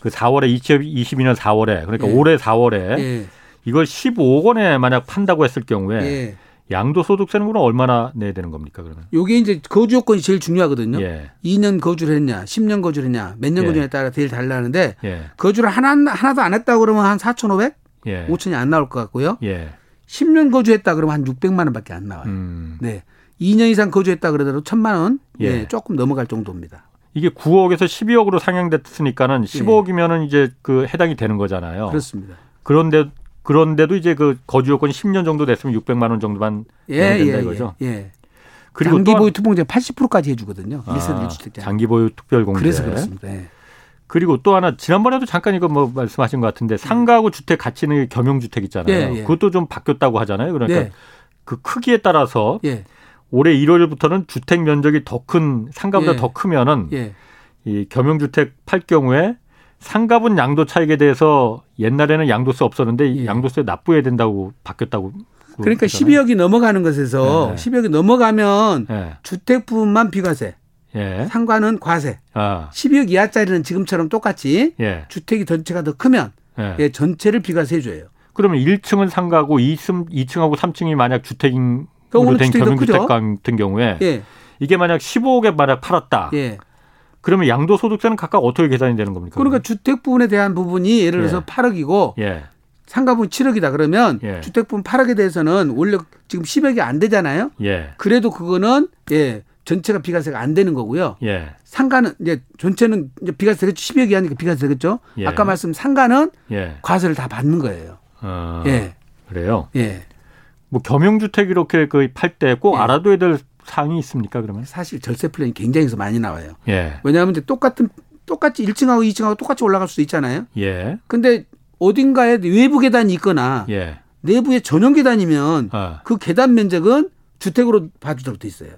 S1: 그 4월에 2022년 4월에 그러니까
S3: 예.
S1: 올해 4월에
S3: 예.
S1: 이걸 15억 원에 만약 판다고 했을 경우에
S3: 예.
S1: 양도소득세는 그럼 얼마나 내야 되는 겁니까 그러면?
S3: 요게 이제 거주 요건이 제일 중요하거든요.
S1: 예.
S3: 2년 거주를 했냐, 10년 거주를 했냐, 몇 년
S1: 예.
S3: 거주냐에 따라 제일 달라는데
S1: 예.
S3: 거주를 하나 하나도 안 했다 그러면 한 4,500,
S1: 예.
S3: 5,000이 안 나올 것 같고요.
S1: 예.
S3: 10년 거주했다 그러면 한 600만 원밖에 안 나와요.
S1: 음.
S3: 네. 2년 이상 거주했다 그러더라도 1,000만 원, 예,
S1: 예.
S3: 조금 넘어갈 정도입니다.
S1: 이게 9억에서 12억으로 상향됐으니까는 15억이면은 이제 그 해당이 되는 거잖아요.
S3: 예. 그렇습니다.
S1: 런데 그런데도 이제 그 거주 요건 10년 정도 됐으면 600만 원 정도만 내야 된다 이거죠.
S3: 예, 예.
S1: 그리고
S3: 장기
S1: 또 한-
S3: 보유 특공제 80%까지 해주거든요.
S1: 아,
S3: 일세대 1주택자.
S1: 장기 보유 특별공제.
S3: 그래서 그렇습니다. 예.
S1: 그리고 또 하나 지난번에도 잠깐 이거 뭐 말씀하신 것 같은데 상가하고 주택 같이 있는 게 경영주택 있잖아요.
S3: 음. 예, 예.
S1: 그것도 좀 바뀌었다고 하잖아요. 그러니까 음,
S3: 네.
S1: 그 크기에 따라서
S3: 예.
S1: 올해 1월부터는 주택 면적이 더 큰 상가보다
S3: 예.
S1: 더 크면은
S3: 예.
S1: 이 경영주택 팔 경우에 상가분 양도 차익에 대해서 옛날에는 양도세 없었는데 이
S3: 예.
S1: 양도세 납부해야 된다고 바뀌었다고.
S3: 그러니까
S1: 그러잖아요.
S3: 12억이 넘어가는 것에서
S1: 네.
S3: 10억이 넘어가면
S1: 예.
S3: 주택 부분만 비과세,
S1: 예.
S3: 상가는 과세.
S1: 아.
S3: 12억 이하짜리는 지금처럼 똑같이
S1: 예.
S3: 주택이 전체가 더 크면
S1: 예.
S3: 예, 전체를 비과세해 줘요.
S1: 그러면 1층은 상가고 2층, 2층하고 3층이 만약 주택인 으로
S3: 그러니까 오늘
S1: 된
S3: 주택이 더
S1: 경영주택
S3: 크죠?
S1: 같은 경우에
S3: 예.
S1: 이게 만약 15억에 만약 팔았다.
S3: 예.
S1: 그러면 양도소득세는 각각 어떻게 계산이 되는 겁니까?
S3: 그러니까 주택 부분에 대한 부분이 예를 들어서
S1: 예.
S3: 8억이고
S1: 예.
S3: 상가 부분 7억이다 그러면
S1: 예.
S3: 주택 부분 8억에 대해서는 원래 지금 10억이 안 되잖아요.
S1: 예.
S3: 그래도 그거는 예, 전체가 비과세가 안 되는 거고요.
S1: 예. 상가는
S3: 상가는 이제 전체는 이제 비과세 되겠죠. 10억이 하니까 비과세 되겠죠.
S1: 예.
S3: 아까 말씀 상가는
S1: 예.
S3: 과세를 다 받는 거예요.
S1: 어,
S3: 예.
S1: 그래요.
S3: 예.
S1: 뭐 겸용주택 이렇게 그 팔 때 꼭
S3: 예.
S1: 알아둬야 될 사항이 있습니까? 그러면?
S3: 사실 절세 플랜이 굉장히 해서 많이 나와요.
S1: 예.
S3: 왜냐하면 이제 똑같은 똑같이 1층하고 2층하고 똑같이 올라갈 수도 있잖아요.
S1: 예.
S3: 근데 어딘가에 외부 계단이 있거나
S1: 예.
S3: 내부에 전용 계단이면
S1: 아,
S3: 그 계단 면적은 주택으로 봐주도록 돼 있어요.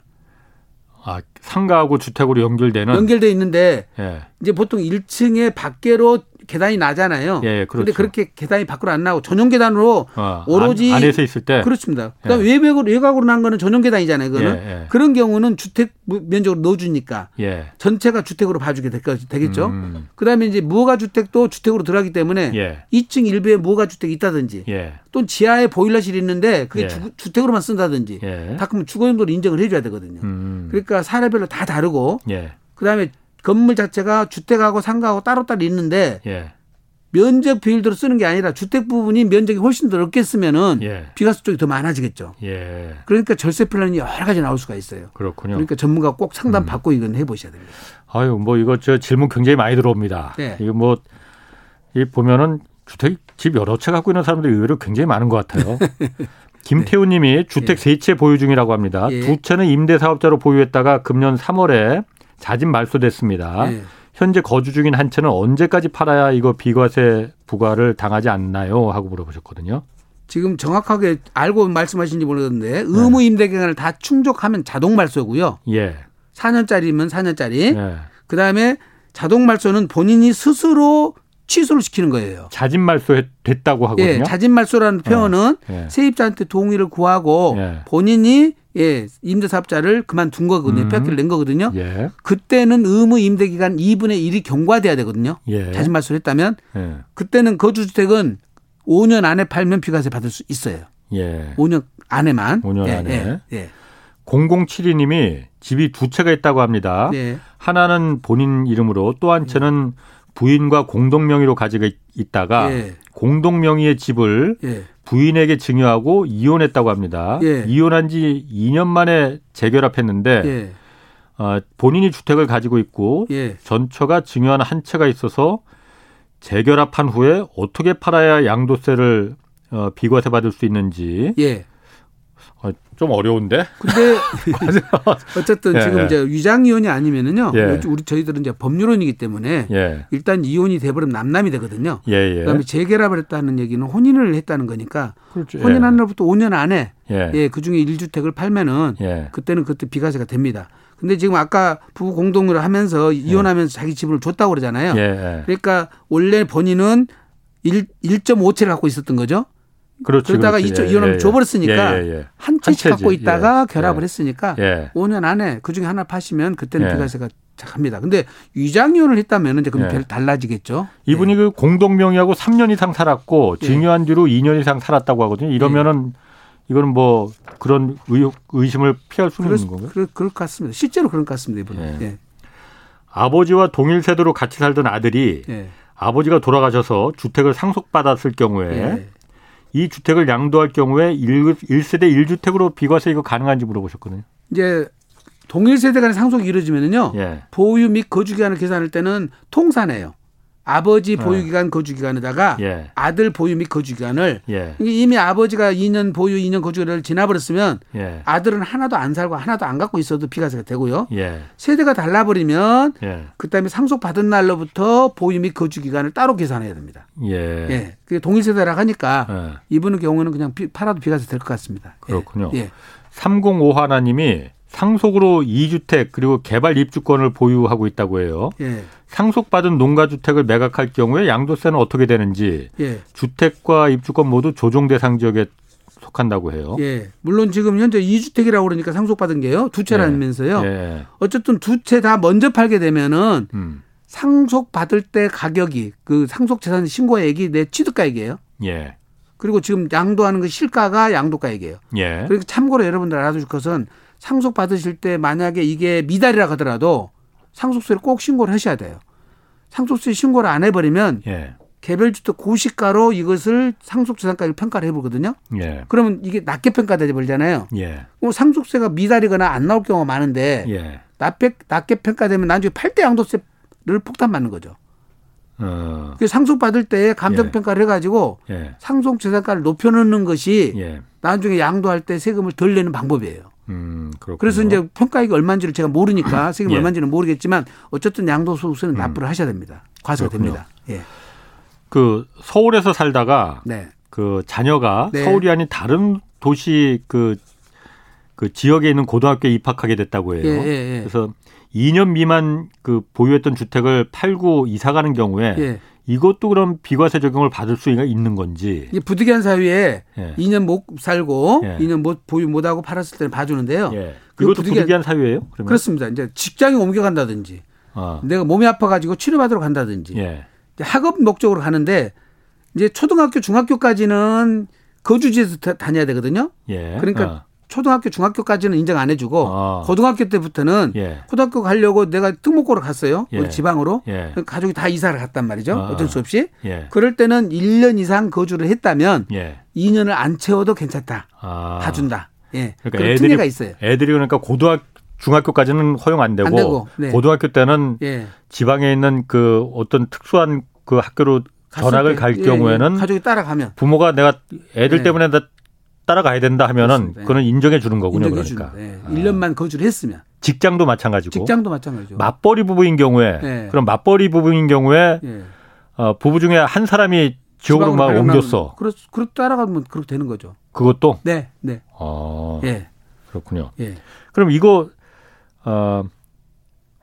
S1: 아, 상가하고 주택으로 연결되는
S3: 연결돼 있는데
S1: 예.
S3: 이제 보통 1층에 밖으로 계단이 나잖아요.
S1: 예, 그렇죠.
S3: 근데 그렇게 계단이 밖으로 안 나고 전용 계단으로
S1: 어,
S3: 오로지
S1: 안, 에서 있을 때
S3: 그렇습니다. 그다음 에 외벽으로 외곽으로 난 거는 전용 계단이잖아요. 그거는
S1: 예. 예, 예.
S3: 그런 경우는 주택 면적으로 넣어주니까
S1: 예.
S3: 전체가 주택으로 봐주게 될 거- 되겠죠. 네.
S1: 음,
S3: 그다음에 이제 무허가 주택도 주택으로 들어가기 때문에
S1: 예.
S3: 2층 일부에 무허가 주택이 있다든지
S1: 예.
S3: 또는 지하에 보일러실이 있는데 그게
S1: 예.
S3: 주, 택으로만 쓴다든지
S1: 예.
S3: 다 그러면 주거용도로 인정을 해줘야 되거든요.
S1: 음.
S3: 그러니까 사례별로 다 다르고
S1: 예.
S3: 그다음에 건물 자체가 주택하고 상가하고 따로따로 있는데
S1: 예.
S3: 면적 비율대로 쓰는 게 아니라 주택 부분이 면적이 훨씬 더 넓게 쓰면은
S1: 예.
S3: 비과세 쪽이 더 많아지겠죠.
S1: 예.
S3: 그러니까 절세 플랜이 여러 가지 나올 수가 있어요.
S1: 그렇군요. 음.
S3: 그러니까 전문가 꼭 상담 받고 이건 해보셔야 됩니다.
S1: 아유, 뭐 이거 저 질문 굉장히 많이 들어옵니다.
S3: 네.
S1: 이거 뭐 이 보면은 주택 집 여러 채 갖고 있는 사람들이 의외로 굉장히 많은 것 같아요.
S3: 네.
S1: 김태우 님이 주택 세 채 보유 중이라고 합니다.
S3: 예.
S1: 두 채는 임대 사업자로 보유했다가 금년 3월에 자진 말소됐습니다.
S3: 예.
S1: 현재 거주 중인 한 채는 언제까지 팔아야 이거 비과세 부과를 당하지 않나요? 하고 물어보셨거든요.
S3: 지금 정확하게 알고 말씀하신지
S1: 네.
S3: 모르겠는데 의무 임대 기간을 다 충족하면 자동 말소고요.
S1: 예.
S3: 4년짜리면 4년짜리.
S1: 예.
S3: 그다음에 자동 말소는 본인이 스스로 취소를 시키는 거예요.
S1: 자진 말소됐다고 하거든요.
S3: 예, 자진 말소라는 표현은
S1: 예.
S3: 세입자한테 동의를 구하고
S1: 예.
S3: 본인이 예, 임대사업자를 그만둔 거거든요.
S1: 음.
S3: 뺏기를 낸 거거든요.
S1: 예.
S3: 그때는 의무 임대 기간 2분의 1이 경과돼야 되거든요.
S1: 예.
S3: 자진 말소를 했다면
S1: 예.
S3: 그때는 거주주택은 5년 안에 팔면 비과세 받을 수 있어요.
S1: 예.
S3: 5년 안에만.
S1: 5년
S3: 예,
S1: 안에.
S3: 예, 예.
S1: 0072님이 집이 두 채가 있다고 합니다.
S3: 예.
S1: 하나는 본인 이름으로 또
S3: 네.
S1: 한 채는 부인과 공동 명의로 가지고 있- 있다가
S3: 예.
S1: 공동 명의의 집을
S3: 예.
S1: 부인에게 증여하고 이혼했다고 합니다.
S3: 예.
S1: 이혼한 지 2년 만에 재결합했는데
S3: 예.
S1: 어, 본인이 주택을 가지고 있고
S3: 예.
S1: 전처가 증여한 한 채가 있어서 재결합한 후에 어떻게 팔아야 양도세를 어, 비과세 받을 수 있는지
S3: 예.
S1: 어, 좀 어려운데
S3: 근데 어쨌든
S1: 예,
S3: 지금
S1: 예.
S3: 이제 위장 이혼이 아니면은요.
S1: 예.
S3: 요즘 우리 저희들은 이제 법률원이기 때문에
S1: 예.
S3: 일단 이혼이 돼버리면 남남이 되거든요.
S1: 예, 예.
S3: 그다음에 재결합을 했다는 얘기는 혼인을 했다는 거니까
S1: 그렇죠.
S3: 혼인한 날부터 5년 안에
S1: 예.
S3: 예, 그 중에 1주택을 팔면은
S1: 예.
S3: 그때는 그때 비과세가 됩니다. 근데 지금 아까 부부 공동으로 하면서 이혼하면서 자기 집을 줬다고 그러잖아요.
S1: 예, 예.
S3: 그러니까 원래 본인은 1, 1.5채를 갖고 있었던 거죠.
S1: 그렇죠.
S3: 그러다가
S1: 그렇죠.
S3: 이쪽
S1: 예,
S3: 이혼하면
S1: 예,
S3: 줘버렸으니까
S1: 예, 예,
S3: 한 채씩
S1: 한 채지.
S3: 갖고 있다가
S1: 예.
S3: 결합을
S1: 예.
S3: 했으니까
S1: 예. 예.
S3: 5년 안에 그 중에 하나 파시면 그때는
S1: 예.
S3: 비과세가 갑니다. 근데 위장이혼을 했다면 이제 그럼
S1: 예.
S3: 별 달라지겠죠.
S1: 이분이 그 공동 명의하고 3년 이상 살았고
S3: 예.
S1: 증여한 뒤로 2년 이상 살았다고 하거든요. 이러면은 이거는 뭐 그런 의혹, 의심을 피할 수는 있는
S3: 그럴, 수-
S1: 건가요?
S3: 그럴, 그럴 것 같습니다. 실제로 그런 것 같습니다. 이분은. 예.
S1: 아버지와 동일 세대로 같이 살던 아들이
S3: 예.
S1: 아버지가 돌아가셔서 주택을 상속받았을 경우에
S3: 예.
S1: 이 주택을 양도할 경우에 일세대일주택으로 비과세 이거 가능한지 물어보셨거든요.
S3: 이제 동일 세대 간의 상속이 이루어지면은요.
S1: 예.
S3: 보유 및 거주 기간을 계산할 때는 통산해요. 아버지 보유 기간 거주 기간에다가
S1: 예.
S3: 아들 보유 및 거주 기간을
S1: 예.
S3: 이게 이미 아버지가 2년 보유 2년 거주 기간을 지나버렸으면
S1: 예.
S3: 아들은 하나도 안 살고 하나도 안 갖고 있어도 비과세가 되고요.
S1: 예.
S3: 세대가 달라버리면
S1: 예.
S3: 그다음에 상속 받은 날로부터 보유 및 거주 기간을 따로 계산해야 됩니다.
S1: 예.
S3: 예. 그게 동일 세대라 하니까
S1: 예.
S3: 이분의 경우는 그냥 비- 팔아도 비과세 될 것 같습니다. 예.
S1: 그렇군요.
S3: 예.
S1: 305 하나님이 상속으로 2주택 그리고 개발 입주권을 보유하고 있다고 해요.
S3: 예.
S1: 상속받은 농가주택을 매각할 경우에 양도세는 어떻게 되는지
S3: 예.
S1: 주택과 입주권 모두 조정 대상 지역에 속한다고 해요.
S3: 예. 물론 지금 현재 2주택이라고 그러니까 상속받은 게요. 두 채라면서요.
S1: 예.
S3: 어쨌든 두 채 다 먼저 팔게 되면은
S1: 음.
S3: 상속받을 때 가격이 그 상속재산 신고액이 내 취득가액이에요.
S1: 예.
S3: 그리고 지금 양도하는 그 실가가 양도가액이에요.
S1: 예.
S3: 그리고 참고로 여러분들 알아두실 것은 상속받으실 때 만약에 이게 미달이라 하더라도 상속세를 꼭 신고를 하셔야 돼요. 상속세 신고를 안 해버리면
S1: 예.
S3: 개별주택 고시가로 이것을 상속재산가를 평가를 해보거든요.
S1: 예.
S3: 그러면 이게 낮게 평가되지 버리잖아요.
S1: 예.
S3: 그럼 뭐 상속세가 미달이거나 안 나올 경우가 많은데
S1: 예.
S3: 낮게, 낮게 평가되면 나중에 팔 대 양도세를 폭탄 맞는 거죠.
S1: 어.
S3: 그 상속받을 때 감정평가를 해가지고
S1: 예.
S3: 상속재산가를 높여놓는 것이
S1: 예.
S3: 나중에 양도할 때 세금을 덜 내는 방법이에요.
S1: 음, 그렇군요.
S3: 그래서 이제 평가액이 얼마인지를 제가 모르니까 세금이
S1: 예. 음.
S3: 얼마인지는 모르겠지만 어쨌든 양도소득세는 납부를 하셔야 됩니다. 과세가
S1: 그렇군요.
S3: 됩니다. 예.
S1: 그 서울에서 살다가
S3: 네.
S1: 그 자녀가
S3: 네.
S1: 서울이 아닌 다른 도시 그, 그 지역에 있는 고등학교에 입학하게 됐다고 해요.
S3: 예, 예,
S1: 그래서 2년 미만 그 보유했던 주택을 팔고 이사 가는 경우에
S3: 예. 예.
S1: 이것도 그럼 비과세 적용을 받을 수가 있는 건지.
S3: 이게 부득이한 사유에
S1: 예.
S3: 2년 못 살고
S1: 예.
S3: 2년 못 보유 못하고 팔았을 때는 봐주는데요.
S1: 예.
S3: 그
S1: 이것도
S3: 부득이한-
S1: 부득이한, 사유예요? 그러면?
S3: 그렇습니다. 이제 직장에 옮겨간다든지
S1: 아,
S3: 내가 몸이 아파가지고 치료받으러 간다든지
S1: 예.
S3: 이제 학업 목적으로 가는데 이제 초등학교 중학교까지는 거주지에서 다- 다녀야 되거든요.
S1: 예.
S3: 그러니까 초등학교 중학교까지는 인정 안 해주고
S1: 아.
S3: 고등학교 때부터는
S1: 아, 예.
S3: 고등학교 가려고 내가 특목고로 갔어요.
S1: 예.
S3: 어디 지방으로
S1: 예.
S3: 가족이 다 이사를 갔단 말이죠.
S1: 아.
S3: 어쩔 수 없이
S1: 예.
S3: 그럴 때는 1년 이상 거주를 했다면
S1: 예.
S3: 2년을 안 채워도 괜찮다.
S1: 아.
S3: 봐준다. 예.
S1: 그러니까
S3: 그런
S1: 애들이-
S3: 특례가 있어요.
S1: 애들이 그러니까 고등학 중학교까지는 허용 안 되고,
S3: 안 되고, 네.
S1: 고등학교 때는
S3: 예.
S1: 지방에 있는 그 어떤 특수한 그 학교로
S3: 갔을
S1: 전학을
S3: 때-
S1: 갈
S3: 예, 예.
S1: 경우에는
S3: 가족이 따라가면
S1: 부모가 내가 애들
S3: 예.
S1: 때문에 나 따라가야 된다 하면은
S3: 그렇습니다.
S1: 그거는 인정해 주는 거군요.
S3: 인정해
S1: 그러니까
S3: 주는
S1: 아.
S3: 거 예. 1년만 거주를 했으면
S1: 직장도 마찬가지고
S3: 직장도 마찬가지죠.
S1: 맞벌이 부부인 경우에
S3: 예.
S1: 그럼 맞벌이 부부인 경우에
S3: 예.
S1: 어, 부부 중에 한 사람이 지옥으로 막
S3: 지방으로
S1: 옮겼어.
S3: 그렇 그렇 따라가면 그렇게 되는 거죠.
S1: 그것도
S3: 네, 네,
S1: 어,
S3: 예,
S1: 그렇군요.
S3: 예.
S1: 그럼 이거 어,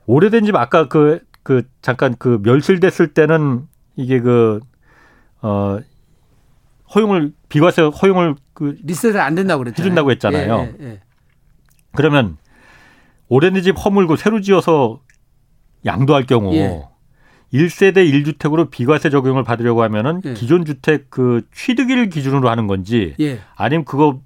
S1: 오래된 집 아까 그 그 잠깐 그 멸실됐을 때는 이게 그 어, 허용을 비과세 허용을 그
S3: 리셋을 안 된다고 그랬잖아요.
S1: 해준다고 했잖아요.
S3: 예, 예, 예.
S1: 그러면 오래된 집 허물고 새로 지어서 양도할 경우
S3: 예.
S1: 일 1세대 1주택으로 비과세 적용을 받으려고 하면은
S3: 예.
S1: 기존 주택 그 취득일 기준으로 하는 건지
S3: 예.
S1: 아니면 그거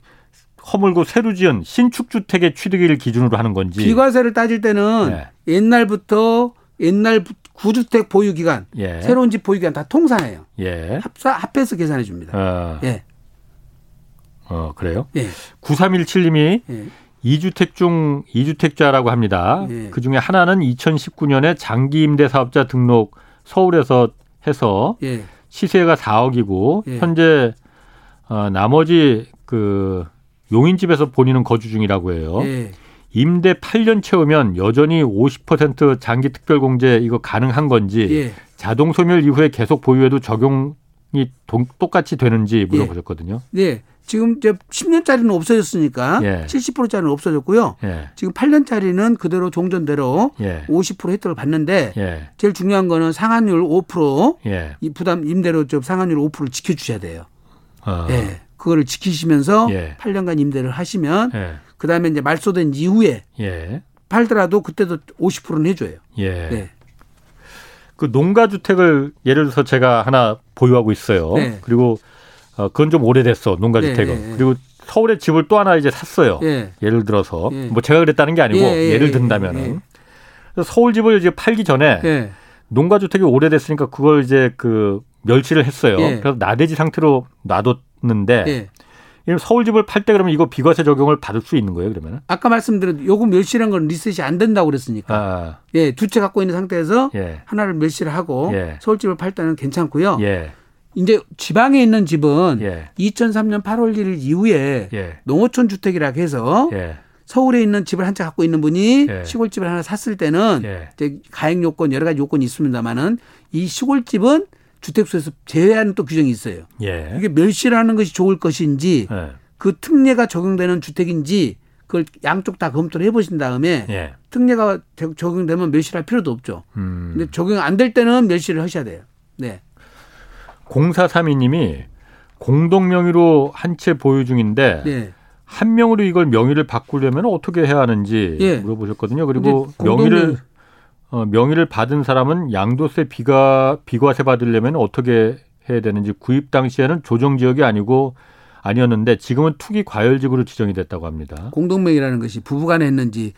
S1: 허물고 새로 지은 신축 주택의 취득일 기준으로 하는 건지
S3: 비과세를 따질
S1: 네.
S3: 때는 옛날부터 옛날 구주택 보유 기간,
S1: 예.
S3: 새로운 집 보유 기간 다 통산해요.
S1: 예.
S3: 합사 합해서 계산해 줍니다.
S1: 어,
S3: 예,
S1: 어, 그래요?
S3: 예,
S1: 9317님이
S3: 예.
S1: 2주택 중 2주택자라고 합니다.
S3: 예.
S1: 그 중에 하나는 2019년에 장기 임대 사업자 등록 서울에서 해서
S3: 예.
S1: 시세가 4억이고
S3: 예.
S1: 현재 어, 나머지 그 용인집에서 본인은 거주 중이라고 해요.
S3: 예.
S1: 임대 8년 채우면 여전히 50% 장기 특별공제 이거 가능한 건지
S3: 예.
S1: 자동 소멸 이후에 계속 보유해도 적용이 동- 똑같이 되는지 물어보셨거든요.
S3: 예. 지금 이제 10년짜리는 없어졌으니까
S1: 예.
S3: 70%짜리는 없어졌고요.
S1: 예,
S3: 지금 8년짜리는 그대로 종전대로
S1: 예,
S3: 50% 혜택을 받는데
S1: 예,
S3: 제일 중요한 거는 상한율 5%,
S1: 예.
S3: 이 부담 임대료 좀 상한율 5%를 지켜주셔야 돼요.
S1: 어,
S3: 예. 그거를 지키시면서
S1: 예.
S3: 8년간 임대를 하시면
S1: 예,
S3: 그다음에 이제 말소된 이후에
S1: 예,
S3: 팔더라도 그때도 50%는 해줘요.
S1: 예.
S3: 네.
S1: 그 농가 주택을 예를 들어서 제가 하나 보유하고 있어요.
S3: 네.
S1: 그리고 어, 그건 좀 오래됐어 농가
S3: 네,
S1: 주택은.
S3: 네, 네.
S1: 그리고 서울에 집을 또 하나 이제 샀어요.
S3: 예.
S1: 예를 들어서
S3: 예.
S1: 뭐 제가 그랬다는 게 아니고
S3: 예, 예,
S1: 예, 를
S3: 예,
S1: 든다면은
S3: 예.
S1: 그래서 서울 집을 이제 팔기 전에
S3: 예.
S1: 농가 주택이 오래됐으니까 그걸 이제 그 멸치를 했어요.
S3: 예.
S1: 그래서 나대지 상태로 놔뒀는데
S3: 예.
S1: 이런 서울집을 팔 때 그러면 이거 비과세 적용을 받을 수 있는 거예요, 그러면은?
S3: 아까 말씀드린 요금 멸실한 건 리셋이 안 된다고 그랬으니까.
S1: 아,
S3: 예, 두 채 갖고 있는 상태에서
S1: 예.
S3: 하나를 멸실을 하고
S1: 예.
S3: 서울집을 팔 때는 괜찮고요.
S1: 예.
S3: 이제 지방에 있는 집은
S1: 예.
S3: 2003년 8월 1일 이후에
S1: 예.
S3: 농어촌 주택이라 해서
S1: 예.
S3: 서울에 있는 집을 한 채 갖고 있는 분이
S1: 예.
S3: 시골집을 하나 샀을 때는
S1: 예.
S3: 이제 가액 요건 여러 가지 요건이 있습니다만은 이 시골집은 주택수에서 제외하는 또 규정이 있어요.
S1: 예.
S3: 이게 멸실하는 것이 좋을 것인지
S1: 예.
S3: 그 특례가 적용되는 주택인지 그걸 양쪽 다 검토를 해보신 다음에
S1: 예.
S3: 특례가 대- 적용되면 멸실할 필요도 없죠.
S1: 음.
S3: 근데 적용 안 될 때는 멸실을 하셔야 돼요. 네.
S1: 0432님이 공동 명의로 한 채 보유 중인데
S3: 네.
S1: 한 명으로 이걸 명의를 바꾸려면 어떻게 해야 하는지
S3: 예.
S1: 물어보셨거든요. 그리고
S3: 이제 공동
S1: 명의를
S3: 명의-
S1: 어, 명의를 받은 사람은 양도세 비가 비과세 받으려면 어떻게 해야 되는지 구입 당시에는 조정 지역이 아니고 아니었는데 지금은 투기 과열지구로 지정이 됐다고 합니다.
S3: 공동명의라는 것이 부부간에 했는지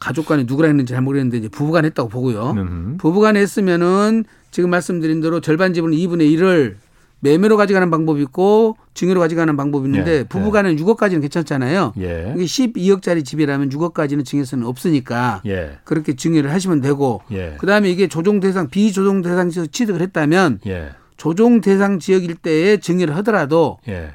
S3: 가족간에 누구랑 했는지 잘 모르겠는데 이제 부부간에 했다고 보고요.
S1: 음.
S3: 부부간에 했으면은 지금 말씀드린 대로 절반 지분 2분의 1을 매매로 가져가는 방법이 있고 증여로 가져가는 방법이 있는데
S1: 예, 예.
S3: 부부간은 6억까지는 괜찮잖아요.
S1: 예.
S3: 이게 12억짜리 집이라면 6억까지는 증여세는 없으니까
S1: 예.
S3: 그렇게 증여를 하시면 되고
S1: 예.
S3: 그다음에 이게 조정 대상 비조정 대상 지역 취득을 했다면
S1: 예.
S3: 조정 대상 지역일 때에 증여를 하더라도
S1: 예.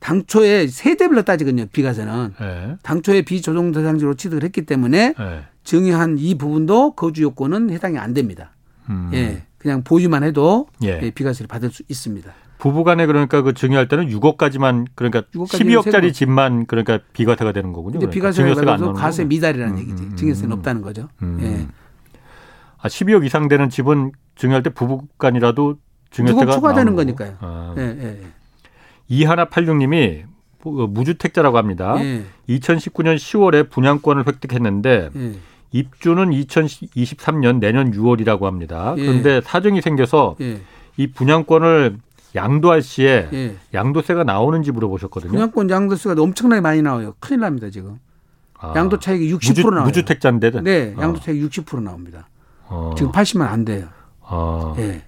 S3: 당초에 세대별로 따지거든요. 비과세는
S1: 예.
S3: 당초에 비조정 대상 지역으로 취득을 했기 때문에
S1: 예.
S3: 증여한 이 부분도 거주 요건은 해당이 안 됩니다.
S1: 음.
S3: 예. 그냥 보유만 해도
S1: 예.
S3: 예, 비과세를 받을 수 있습니다.
S1: 부부간에 그러니까 그 증여할 때는 6억까지만 그러니까
S3: 6억까지는
S1: 12억짜리
S3: 세금.
S1: 집만 그러니까 비과세가 되는 거군요.
S3: 근데
S1: 그러니까.
S3: 비과세가
S1: 증여세가 안
S3: 받아도
S1: 나오는
S3: 과세
S1: 거군요.
S3: 미달이라는
S1: 음,
S3: 얘기지.
S1: 음,
S3: 증여세는 없다는 거죠.
S1: 음.
S3: 예.
S1: 아, 12억 이상 되는 집은 증여할 때 부부간이라도 증여세가
S3: 누가
S1: 나오는
S3: 추가되는
S1: 거고.
S3: 거니까요.
S1: 아.
S3: 예, 예,
S1: 이하나 86님이 뭐, 어, 무주택자라고 합니다.
S3: 예.
S1: 2019년 10월에 분양권을 획득했는데
S3: 예.
S1: 입주는 2023년 내년 6월이라고 합니다.
S3: 예.
S1: 그런데 사정이 생겨서
S3: 예.
S1: 이 분양권을 양도할 시에
S3: 예.
S1: 양도세가 나오는지 물어보셨거든요.
S3: 분양권 양도세가 엄청나게 많이 나와요. 큰일 납니다, 지금.
S1: 아,
S3: 양도 차익이 60%
S1: 무주,
S3: 나와요.
S1: 무주택자인데.
S3: 네,
S1: 어,
S3: 양도 차익 60% 나옵니다.
S1: 어,
S3: 지금 80만 안 돼요.
S1: 어.
S3: 예.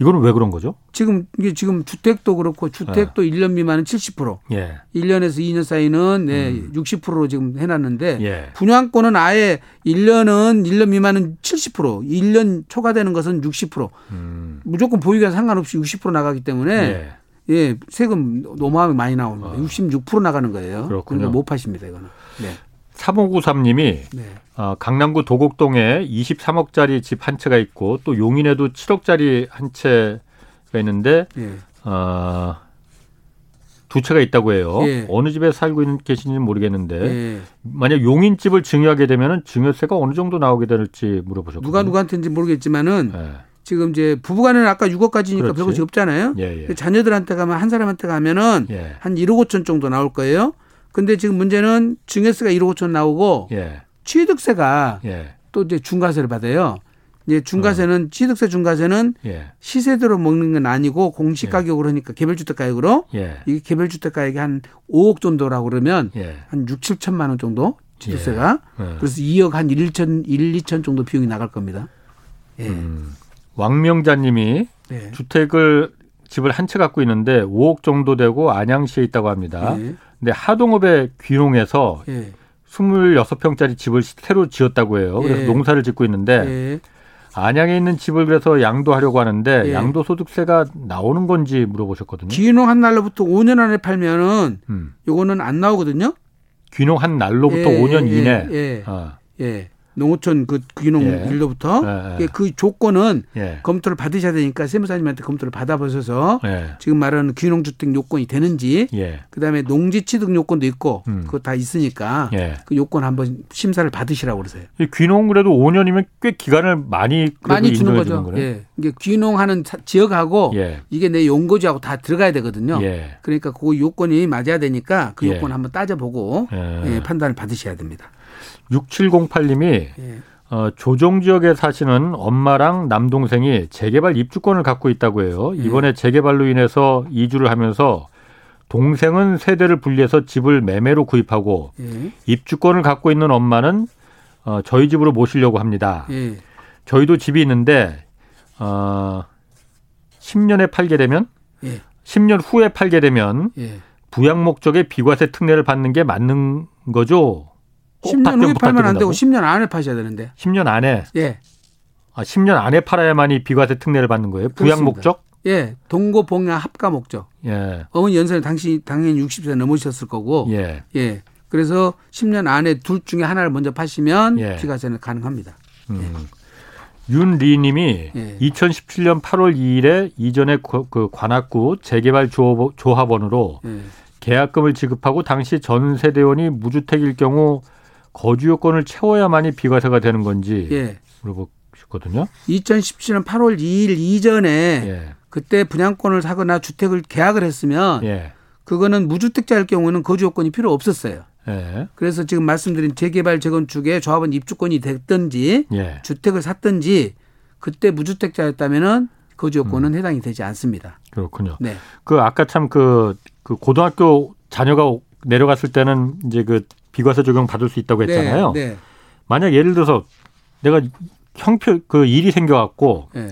S1: 이거는 왜 그런 거죠?
S3: 지금 이게 지금 주택도 그렇고
S1: 네.
S3: 주택도 일 1년 미만은 70%,
S1: 예.
S3: 1년에서 2년 사이는 네, 60%로 지금 해 놨는데
S1: 음. 예.
S3: 분양권은 아예 1년은 1년 미만은 70%, 1년 초과되는 것은 60%.
S1: 음,
S3: 무조건 보유가 상관없이 60% 나가기 때문에
S1: 예. 아.
S3: 예, 세금 너무하게 많이 나옵니다. 66% 나가는 거예요.
S1: 그렇군요.
S3: 그러니까 못 파십니다, 이거는. 네.
S1: 3593님이
S3: 네.
S1: 어, 강남구 도곡동에 23억짜리 집 한 채가 있고 또 용인에도 7억짜리 한 채가 있는데
S3: 예.
S1: 어, 두 채가 있다고 해요.
S3: 예.
S1: 어느 집에 살고 있는 계신지는 모르겠는데
S3: 예.
S1: 만약 용인 집을 증여하게 되면 증여세가 어느 정도 나오게 될지 물어보셨거든요.
S3: 누가 누구한테인지 모르겠지만은
S1: 예.
S3: 지금 이제 부부간은 아까 6억까지니까
S1: 그렇지.
S3: 별것이 없잖아요.
S1: 예, 예.
S3: 그 자녀들한테 가면 한 사람한테 가면은
S1: 예.
S3: 한 1억 5천 정도 나올 거예요. 근데 지금 문제는 증여세가 1억 5천 나오고
S1: 예.
S3: 취득세가
S1: 예.
S3: 또 이제 중과세를 받아요. 이제
S1: 어.
S3: 중과세는 취득세 중과세는
S1: 예.
S3: 시세대로 먹는 건 아니고 공시 가격으로 하니까 개별 주택 가격으로
S1: 예.
S3: 이게 개별 주택 가격이 한 5억 정도라고 그러면
S1: 예.
S3: 한 6, 7천만 원 정도 취득세가
S1: 예.
S3: 그래서 2억 한 1, 1천, 1, 2천 정도 비용이 나갈 겁니다. 예.
S1: 왕명자 님이
S3: 네.
S1: 주택을 집을 한 채 갖고 있는데 5억 정도 되고 안양시에 있다고 합니다.
S3: 예.
S1: 근데 하동읍의 귀농에서
S3: 예.
S1: 26평짜리 집을 새로 지었다고 해요. 그래서
S3: 예.
S1: 농사를 짓고 있는데
S3: 예.
S1: 안양에 있는 집을 그래서 양도하려고 하는데
S3: 예.
S1: 양도소득세가 나오는 건지 물어보셨거든요.
S3: 기농 한 날로부터 5년 안에 팔면은
S1: 음.
S3: 요거는 안 나오거든요.
S1: 귀농 한 날로부터
S3: 예,
S1: 5년
S3: 예,
S1: 이내.
S3: 예.
S1: 아,
S3: 예. 농어촌 그 기농
S1: 예.
S3: 일로부터
S1: 예, 예.
S3: 그 조건은
S1: 예.
S3: 검토를 받으셔야 되니까 세무사님한테 검토를 받아보셔서
S1: 예.
S3: 지금 말하는 귀농주택 요건이 되는지
S1: 예.
S3: 그다음에 농지취득 요건도 있고
S1: 음.
S3: 그거 다 있으니까
S1: 예.
S3: 그 요건 한번 심사를 받으시라고 그러세요.
S1: 이 귀농 그래도 5년이면 꽤 기간을 많이 그래도
S3: 많이 주는
S1: 인도해
S3: 거죠.
S1: 거네요.
S3: 예. 이게 귀농하는 사- 지역하고
S1: 예.
S3: 이게 내 용거지하고 다 들어가야 되거든요.
S1: 예.
S3: 그러니까 그 요건이 맞아야 되니까 그
S1: 예.
S3: 요건 한번 따져보고
S1: 예.
S3: 예, 판단을 받으셔야 됩니다.
S1: 6708님이
S3: 예.
S1: 어, 조정 지역에 사시는 엄마랑 남동생이 재개발 입주권을 갖고 있다고 해요.
S3: 예.
S1: 이번에 재개발로 인해서 이주를 하면서 동생은 세대를 분리해서 집을 매매로 구입하고
S3: 예.
S1: 입주권을 갖고 있는 엄마는 어, 저희 집으로 모시려고 합니다.
S3: 예.
S1: 저희도 집이 있는데 어, 10년에 팔게 되면
S3: 예.
S1: 10년 후에 팔게 되면
S3: 예.
S1: 부양 목적의 비과세 특례를 받는 게 맞는 거죠? 꼭
S3: 10년
S1: 답변
S3: 후에 팔면 안
S1: 부탁드린다고?
S3: 되고 10년 안에 파셔야 되는데.
S1: 10년 안에
S3: 예.
S1: 아, 10년 안에 팔아야만이 비과세 특례를 받는 거예요. 부양
S3: 그렇습니다.
S1: 목적?
S3: 예. 동고 봉양 합가 목적.
S1: 예.
S3: 어머니 연세는 당신 당연히 60세 넘으셨을 거고. 예.
S1: 예.
S3: 그래서 10년 안에 둘 중에 하나를 먼저 파시면
S1: 예.
S3: 비과세는 가능합니다.
S1: 음. 윤리 님이
S3: 예.
S1: 2017년 8월 2일에 이전의 고- 그 관악구 재개발 조합- 조합원으로
S3: 예.
S1: 계약금을 지급하고 당시 전 세대원이 무주택일 경우 거주 요건을 채워야만이 비과세가 되는 건지
S3: 예.
S1: 물어보셨거든요.
S3: 2017년 8월 2일 이전에
S1: 예.
S3: 그때 분양권을 사거나 주택을 계약을 했으면
S1: 예.
S3: 그거는 무주택자일 경우는 거주 요건이 필요 없었어요.
S1: 예.
S3: 그래서 지금 말씀드린 재개발 재건축에 조합원 입주권이 됐든지
S1: 예.
S3: 주택을 샀든지 그때 무주택자였다면은 거주
S1: 음.
S3: 요건은 해당이 되지 않습니다.
S1: 그렇군요.
S3: 네.
S1: 그 아까 참 그 그 고등학교 자녀가 오- 내려갔을 때는 이제 그 비과세 적용 받을 수 있다고 했잖아요.
S3: 네.
S1: 만약 예를 들어서 내가 형표 그 일이 생겨 갖고
S3: 네. 예.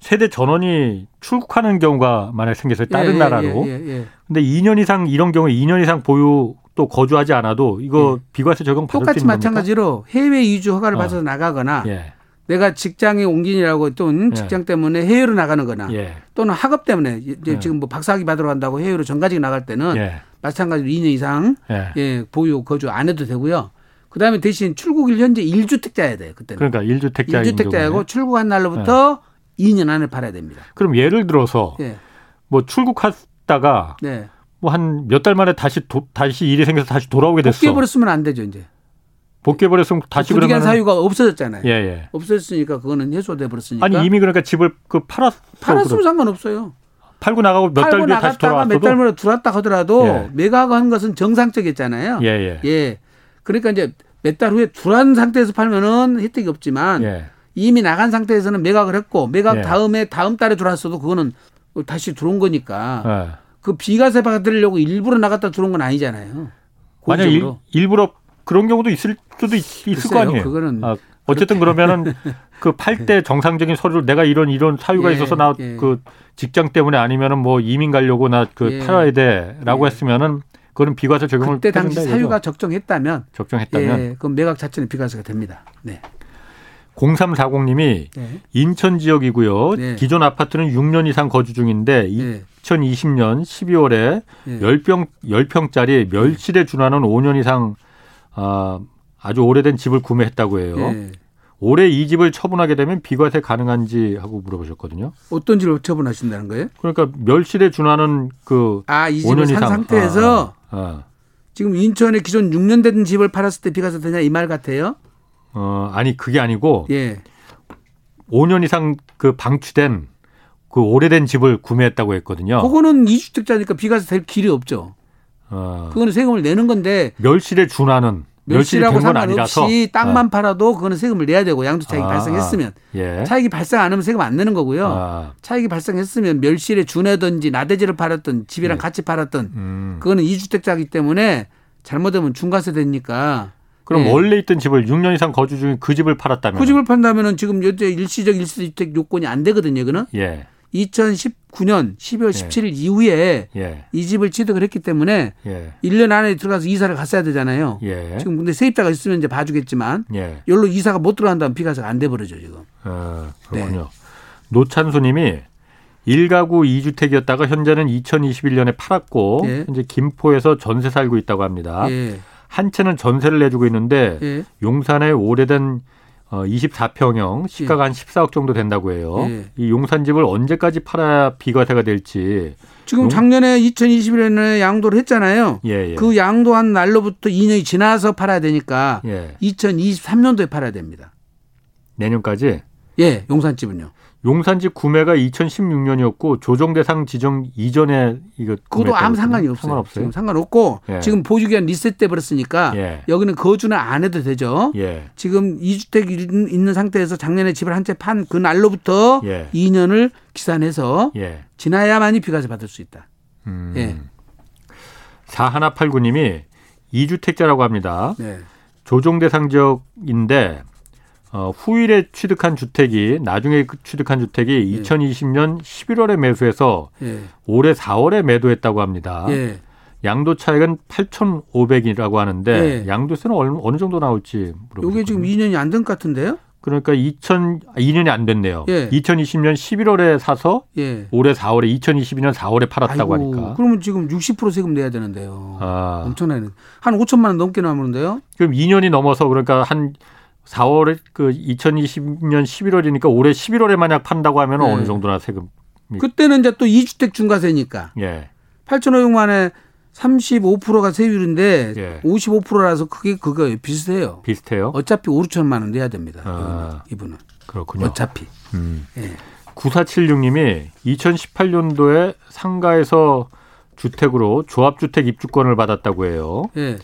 S1: 세대 전원이 출국하는 경우가 만약 생겨서 그 다른
S3: 예, 예,
S1: 나라로
S3: 예, 예, 예.
S1: 근데 2년 이상 이런 경우에 2년 이상 보유 또 거주하지 않아도 이거 비과세 적용 받을 수
S3: 예. 똑같이
S1: 있는 겁니까?
S3: 마찬가지로 해외 이주 허가를
S1: 어.
S3: 받아서 나가거나
S1: 예.
S3: 내가 직장에 옮기느라고 또는
S1: 예.
S3: 직장 때문에 해외로 나가는거나
S1: 예.
S3: 또는 학업 때문에 이제
S1: 예.
S3: 지금 뭐 박사학위 받으러 간다고 해외로 전가직 나갈 때는
S1: 예.
S3: 마찬가지로 2년 이상
S1: 예.
S3: 예, 보유 거주 안 해도 되고요. 그다음에 대신 출국일 현재 1주택자야 돼요. 그때는.
S1: 그러니까 일주택자인
S3: 예. 일주택자이고 출국한 날로부터 2년 안에 팔아야 됩니다.
S1: 그럼 예를 들어서
S3: 예.
S1: 뭐 출국하다가
S3: 네.
S1: 뭐 한 몇 달 만에 다시 도- 다시 일이 생겨서 다시 돌아오게 됐어.
S3: 복귀해 버렸으면 안 되죠, 이제.
S1: 복귀해버려. 서 다시
S3: 부득이한
S1: 그러면
S3: 사유가 없어졌잖아요.
S1: 예, 예.
S3: 없어졌으니까 그거는 해소돼 버렸으니까.
S1: 아니 이미 그러니까 집을 그 팔았
S3: 팔았으면 상관없어요.
S1: 팔고 나가고 몇 달
S3: 팔고
S1: 뒤에 다시
S3: 나갔다가
S1: 돌아왔어도
S3: 몇 달 만에 들어왔다 하더라도
S1: 예.
S3: 매각하고 한 것은 정상적이잖아요.
S1: 예, 예.
S3: 예. 그러니까 이제 몇 달 후에 들어온 상태에서 팔면은 혜택이 없지만
S1: 예.
S3: 이미 나간 상태에서는 매각을 했고 매각
S1: 예.
S3: 다음에 다음 달에 들어왔어도 그거는 다시 들어온 거니까
S1: 예.
S3: 그 비과세 받으려고 일부러 나갔다 들어온 건 아니잖아요.
S1: 만약 일,
S3: 고의적으로.
S1: 일부러 그런 경우도 있을 수도 있, 을거
S3: 글쎄요,
S1: 아니에요.
S3: 그거는 네.
S1: 아, 어쨌든 그러면은 그 팔 때 정상적인 서류를 내가 이런 이런 사유가
S3: 예,
S1: 있어서 나 그
S3: 예.
S1: 직장 때문에 아니면은 뭐 이민 가려고 나 그
S3: 예.
S1: 팔아야 돼라고 했으면은 그거는 비과세 적용을
S3: 그때 당시
S1: 해준다
S3: 사유가
S1: 이거죠.
S3: 적정했다면
S1: 적정했다면
S3: 예, 그럼 매각 자체는 비과세가 됩니다. 네.
S1: 0340님이
S3: 네.
S1: 인천 지역이고요.
S3: 네.
S1: 기존 아파트는 6년 이상 거주 중인데
S3: 네.
S1: 2020년 12월에
S3: 네.
S1: 열 10평 10평짜리 멸실에 준하는 5년 이상 아, 아주 오래된 집을 구매했다고 해요.
S3: 예.
S1: 올해 이 집을 처분하게 되면 비과세 가능한지 하고 물어보셨거든요.
S3: 어떤 지로 처분하신다는 거예요?
S1: 그러니까 멸실에 준하는 그
S3: 아, 이
S1: 5년
S3: 집을 산
S1: 이상
S3: 상태에서
S1: 아, 아,
S3: 지금 인천에 기존 6년 된 집을 팔았을 때 비과세 되냐 이 말 같아요.
S1: 아. 어, 아니 그게 아니고
S3: 예.
S1: 5년 이상 그 방치된 그 오래된 집을 구매했다고 했거든요.
S3: 그거는 이주택자니까 비과세 될 길이 없죠.
S1: 어,
S3: 그거는 세금을 내는 건데
S1: 멸실에 준하는 멸실이
S3: 멸실하고
S1: 된건 아니라서
S3: 상관없이 땅만 팔아도 그거는 세금을 내야 되고 양도 차익이
S1: 아,
S3: 발생했으면
S1: 아, 예.
S3: 차익이 발생 안 하면 세금 안 내는 거고요.
S1: 아,
S3: 차익이 발생했으면 멸실에 준하든지 나대지를 팔았든 집이랑
S1: 네.
S3: 같이 팔았든
S1: 음.
S3: 그거는 이주택자이기 때문에 잘못하면 중과세 되니까
S1: 그럼
S3: 예.
S1: 원래 있던 집을 6년 이상 거주 중인 그 집을 팔았다면
S3: 그 집을 판다면은 지금 현재 일시적 일시주택 요건이 안 되거든요. 그는
S1: 예.
S3: 2019년 12월 17일 이후에
S1: 예.
S3: 이 집을 취득을 했기 때문에
S1: 예.
S3: 1년 안에 들어가서 이사를 갔어야 되잖아요.
S1: 예.
S3: 지금 근데 세입자가 있으면 이제 봐주겠지만
S1: 예.
S3: 열로 이사가 못 들어간다면 비과세가 안 돼버려죠 지금.
S1: 어,
S3: 네.
S1: 그렇군요. 노찬수 님이 1가구 2주택이었다가 현재는 2021년에 팔았고
S3: 예.
S1: 현재 김포에서 전세 살고 있다고 합니다.
S3: 예.
S1: 한 채는 전세를 내주고 있는데
S3: 예.
S1: 용산의 오래된 어, 24평형 시가가 한 14억 정도 된다고 해요.
S3: 예.
S1: 이 용산 집을 언제까지 팔아야 비과세가 될지.
S3: 지금
S1: 용-
S3: 작년에 2021년에 양도를 했잖아요.
S1: 예, 예.
S3: 그 양도한 날로부터 2년이 지나서 팔아야 되니까
S1: 예.
S3: 2023년도에 팔아야 됩니다.
S1: 내년까지
S3: 예, 용산집은요.
S1: 용산집 구매가 2016년이었고 조정 대상 지정 이전에 이거
S3: 그것도 아무 상관이 없어요.
S1: 상관없어요.
S3: 지금 상관없고
S1: 예.
S3: 지금 보유기한 리셋돼 버렸으니까
S1: 예.
S3: 여기는 거주는 안 해도 되죠.
S1: 예.
S3: 지금 이주택 있는 상태에서 작년에 집을 한 채 판 그 날로부터
S1: 예.
S3: 2년을 기산해서
S1: 예.
S3: 지나야만이 비과세 받을 수 있다.
S1: 음.
S3: 예.
S1: 4189 님이 2주택자라고 합니다.
S3: 네.
S1: 조정 대상 지역인데 어, 후일에 취득한 주택이 나중에 그 취득한 주택이 2020년 11월에 매수해서
S3: 예.
S1: 올해 4월에 매도했다고 합니다.
S3: 예.
S1: 양도 차익은 8,500이라고 하는데
S3: 예.
S1: 양도세는 얼- 어느 정도 나올지 물어보요
S3: 요게 지금 2년이 안 된 것 같은데요?
S1: 그러니까 2002년이 안 됐네요.
S3: 예.
S1: 2020년 11월에 사서
S3: 예.
S1: 올해 4월에 2022년 4월에 팔았다고
S3: 아이고,
S1: 하니까.
S3: 그러면 지금 60% 세금 내야 되는데요.
S1: 아,
S3: 엄청나네. 한 5천만 원 넘게 남는데요.
S1: 그럼 2년이 넘어서 그러니까 한 4월에 그 2020년 11월이니까 올해 11월에 만약 판다고 하면
S3: 네.
S1: 어느 정도나 세금? 이-
S3: 그때는 이제 또 2주택 중과세니까
S1: 예.
S3: 8,500만에 35%가 세율인데
S1: 예.
S3: 55%라서 그게 그거예요. 비슷해요.
S1: 비슷해요.
S3: 어차피 5, 6천만 원 내야 됩니다.
S1: 아.
S3: 이분은.
S1: 그렇군요.
S3: 이분은. 어차피.
S1: 음.
S3: 예.
S1: 9476님이 2018년도에 상가에서 주택으로 조합주택 입주권을 받았다고 해요.
S3: 예.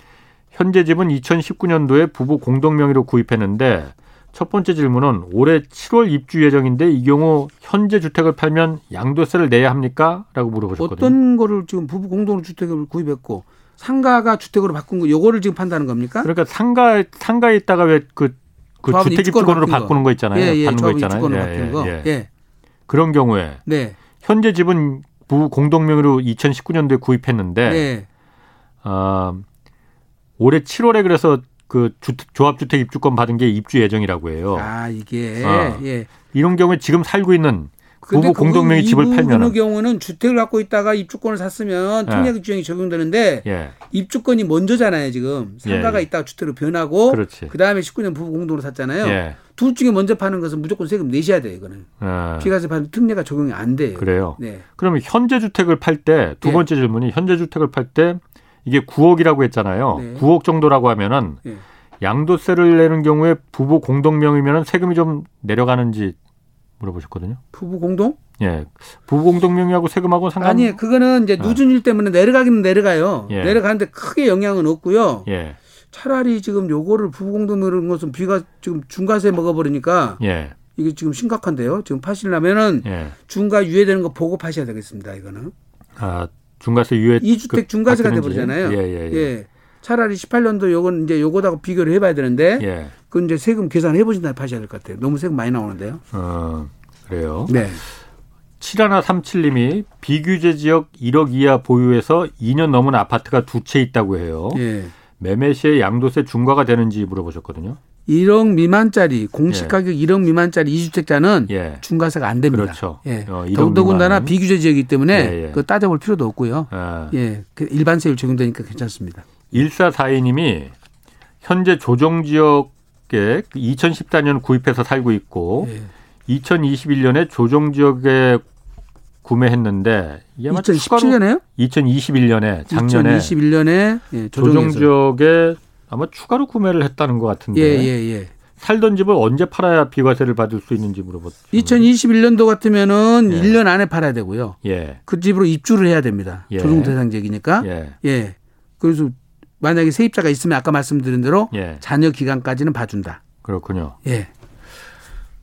S1: 현재 집은 2019년도에 부부 공동 명의로 구입했는데 첫 번째 질문은 올해 7월 입주 예정인데 이 경우 현재 주택을 팔면 양도세를 내야 합니까? 라고 물어보셨거든요.
S3: 어떤 거를 지금 부부 공동으로 주택을 구입했고 상가가 주택으로 바꾼 거 요거를 지금 판다는 겁니까?
S1: 그러니까 상가에 상가에 있다가 왜 그 그
S3: 조합은
S1: 주택
S3: 입주권으로
S1: 입주권으로
S3: 바뀐
S1: 바꾸는 거 있잖아요.
S3: 예, 예.
S1: 받는 거
S3: 조합
S1: 있잖아요.
S3: 입주권으로
S1: 예,
S3: 바뀐
S1: 예,
S3: 거.
S1: 예.
S3: 예.
S1: 그런 경우에
S3: 네.
S1: 현재 집은 부부 공동 명의로 2019년도에 구입했는데
S3: 네.
S1: 아, 올해 7월에 그래서 그 주택, 조합주택 입주권 받은 게 입주 예정이라고 해요.
S3: 아 이게
S1: 아.
S3: 예.
S1: 이런 경우에 지금 살고 있는
S3: 근데
S1: 부부 공동명의 집을
S3: 이
S1: 팔면은.
S3: 부분의 경우는 주택을 갖고 있다가 입주권을 샀으면
S1: 예.
S3: 특례 규정이 적용되는데
S1: 예,
S3: 입주권이 먼저잖아요 지금 상가가
S1: 예.
S3: 있다가 주택으로 변하고
S1: 그렇지.
S3: 다음에 19년 부부 공동으로 샀잖아요.
S1: 예,
S3: 둘 중에 먼저 파는 것은 무조건 세금 내셔야 돼요 이거는
S1: 아,
S3: 비과세 파는 특례가 적용이 안 돼요.
S1: 그래요.
S3: 네.
S1: 그러면 현재 주택을 팔 때 두
S3: 예.
S1: 번째 질문이 현재 주택을 팔 때 이게 9억이라고 했잖아요.
S3: 네.
S1: 9억 정도라고 하면은
S3: 예.
S1: 양도세를 내는 경우에 부부 공동명이면은 세금이 좀 내려가는지 물어보셨거든요.
S3: 부부 공동?
S1: 예, 부부 공동명이하고 세금하고 상관
S3: 아니 그거는 이제 누진율 때문에 내려가기는 내려가요.
S1: 예.
S3: 내려가는데 크게 영향은 없고요.
S1: 예,
S3: 차라리 지금 요거를 부부 공동 이런 것은 비가 지금 중과세 먹어버리니까
S1: 예,
S3: 이게 지금 심각한데요. 지금 파시려면은
S1: 예.
S3: 중과 유예되는 거 보고 파셔야 되겠습니다. 이거는
S1: 아, 중과세 유예
S3: 이주택
S1: 그-
S3: 중과세가
S1: 바뀌는지.
S3: 돼버리잖아요.
S1: 예, 예, 예.
S3: 차라리 18년도 요건 이제 요거다가 비교를 해봐야 되는데
S1: 예.
S3: 그건 이제 세금 계산해 보신 다음에 파셔야 될 것 같아요. 너무 세금 많이 나오는데요.
S1: 어, 그래요.
S3: 네.
S1: 7137님이 비규제 지역 1억 이하 보유에서 2년 넘은 아파트가 두 채 있다고 해요.
S3: 예.
S1: 매매 시에 양도세 중과가 되는지 물어보셨거든요.
S3: 1억 미만짜리 공시
S1: 예.
S3: 가격 1억 미만짜리 이주택자는
S1: 예.
S3: 중과세가 안 됩니다.
S1: 그렇죠.
S3: 예.
S1: 어, 1억
S3: 더군다나
S1: 미만은.
S3: 비규제 지역이기 때문에
S1: 예, 예.
S3: 그거 따져볼 필요도 없고요.
S1: 아,
S3: 예. 그 일반 세율 적용되니까 괜찮습니다.
S1: 1442님이 현재 조정 지역에 2014년 구입해서 살고 있고
S3: 예.
S1: 2021년에 조정 지역에 구매했는데 이게 예, 아마 추가로
S3: 2017년에요?
S1: 2021년에 작년에
S3: 2021년에 예,
S1: 조정
S3: 조정해서.
S1: 지역에 아마 추가로 구매를 했다는 것 같은데
S3: 예, 예, 예.
S1: 살던 집을 언제 팔아야 비과세를 받을 수 있는지 물어봤죠.
S3: 2021년도 같으면은
S1: 예.
S3: 1년 안에 팔아야 되고요.
S1: 예.
S3: 그 집으로 입주를 해야 됩니다.
S1: 예.
S3: 조정 대상 지역이니까. 예.
S1: 예.
S3: 그래서 만약에 세입자가 있으면 아까 말씀드린 대로
S1: 예.
S3: 잔여 기간까지는 봐준다.
S1: 그렇군요.
S3: 예.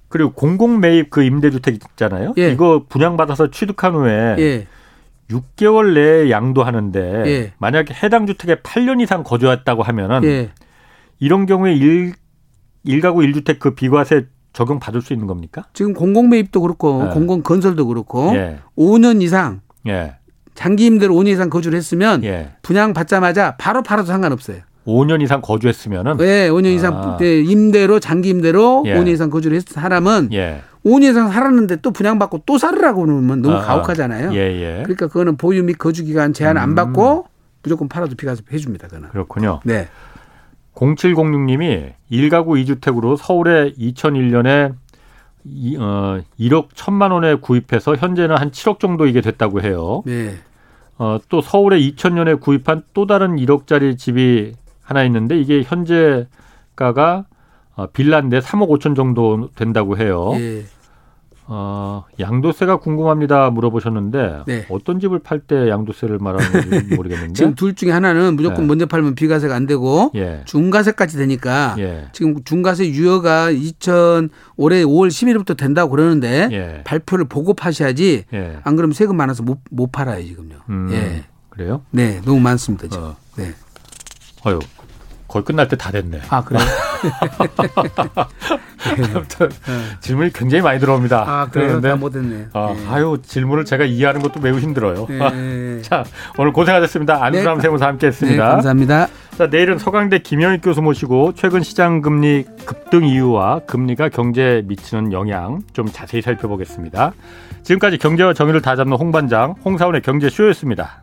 S1: 그리고 공공 매입 그 임대주택 있잖아요.
S3: 예.
S1: 이거 분양받아서 취득한 후에
S3: 예.
S1: 6개월 내에 양도하는데
S3: 예.
S1: 만약에 해당 주택에 8년 이상 거주했다고 하면은
S3: 예.
S1: 이런 경우에 일 일가구 일주택그 비과세 적용 받을 수 있는 겁니까?
S3: 지금 공공 매입도 그렇고
S1: 예.
S3: 공공 건설도 그렇고
S1: 예.
S3: 5년 이상
S1: 예.
S3: 장기 임대로 5년 이상 거주를 했으면
S1: 예.
S3: 분양 받자마자 바로 팔아도 상관없어요.
S1: 5년 이상 거주했으면은
S3: 왜 5년 이상
S1: 음. 아.
S3: 네, 임대로 장기 임대로
S1: 예.
S3: 5년 이상 거주를 했던 사람은
S1: 예.
S3: 5년 이상 살았는데 또 분양받고 또 살으라고 그러면 너무
S1: 아,
S3: 가혹하잖아요.
S1: 예, 예. 음.
S3: 그러니까 그거는 보유 및 거주 기간 제한 안 받고 무조건 팔아도 비과세 해 줍니다. 그거는.
S1: 그렇군요.
S3: 네.
S1: 0706님이 1가구 2주택으로 서울에 2001년에 이, 어, 1억 1천만 원에 구입해서 현재는 한 7억 정도 이게 됐다고 해요.
S3: 네.
S1: 어, 또 서울에 2000년에 구입한 또 다른 1억짜리 집이 하나 있는데 이게 현재 가가 어, 빌라인데 3억 5천 정도 된다고 해요.
S3: 예.
S1: 어, 양도세가 궁금합니다 물어보셨는데
S3: 네.
S1: 어떤 집을 팔 때 양도세를 말하는지 모르겠는데
S3: 지금 둘 중에 하나는 무조건
S1: 예.
S3: 먼저 팔면 비과세가 안 되고
S1: 예.
S3: 중과세까지 되니까
S1: 예.
S3: 지금 중과세 유예가 2000 올해 5월 10일부터 된다고 그러는데
S1: 예.
S3: 발표를 보고 파셔야지
S1: 예.
S3: 안 그러면 세금 많아서 못, 못 팔아요 지금요.
S1: 음. 어.
S3: 예.
S1: 그래요?
S3: 네, 너무 많습니다 지금.
S1: 어.
S3: 네.
S1: 어휴. 거의 끝날 때 다 됐네.
S3: 아, 그래요?
S1: 아무튼 질문이 굉장히 많이 들어옵니다.
S3: 네. 아, 그래요?
S1: 그런데
S3: 다 못했네요.
S1: 아,
S3: 예.
S1: 아유 질문을 제가 이해하는 것도 매우 힘들어요.
S3: 예.
S1: 자 오늘 고생하셨습니다. 안수람
S3: 네.
S1: 세무사
S3: 네,
S1: 함께했습니다.
S3: 감사합니다.
S1: 자, 내일은 서강대 김영익 교수 모시고 최근 시장 금리 급등 이유와 금리가 경제에 미치는 영향 좀 자세히 살펴보겠습니다. 지금까지 경제와 정의를 다잡는 홍반장 홍사원의 경제쇼였습니다.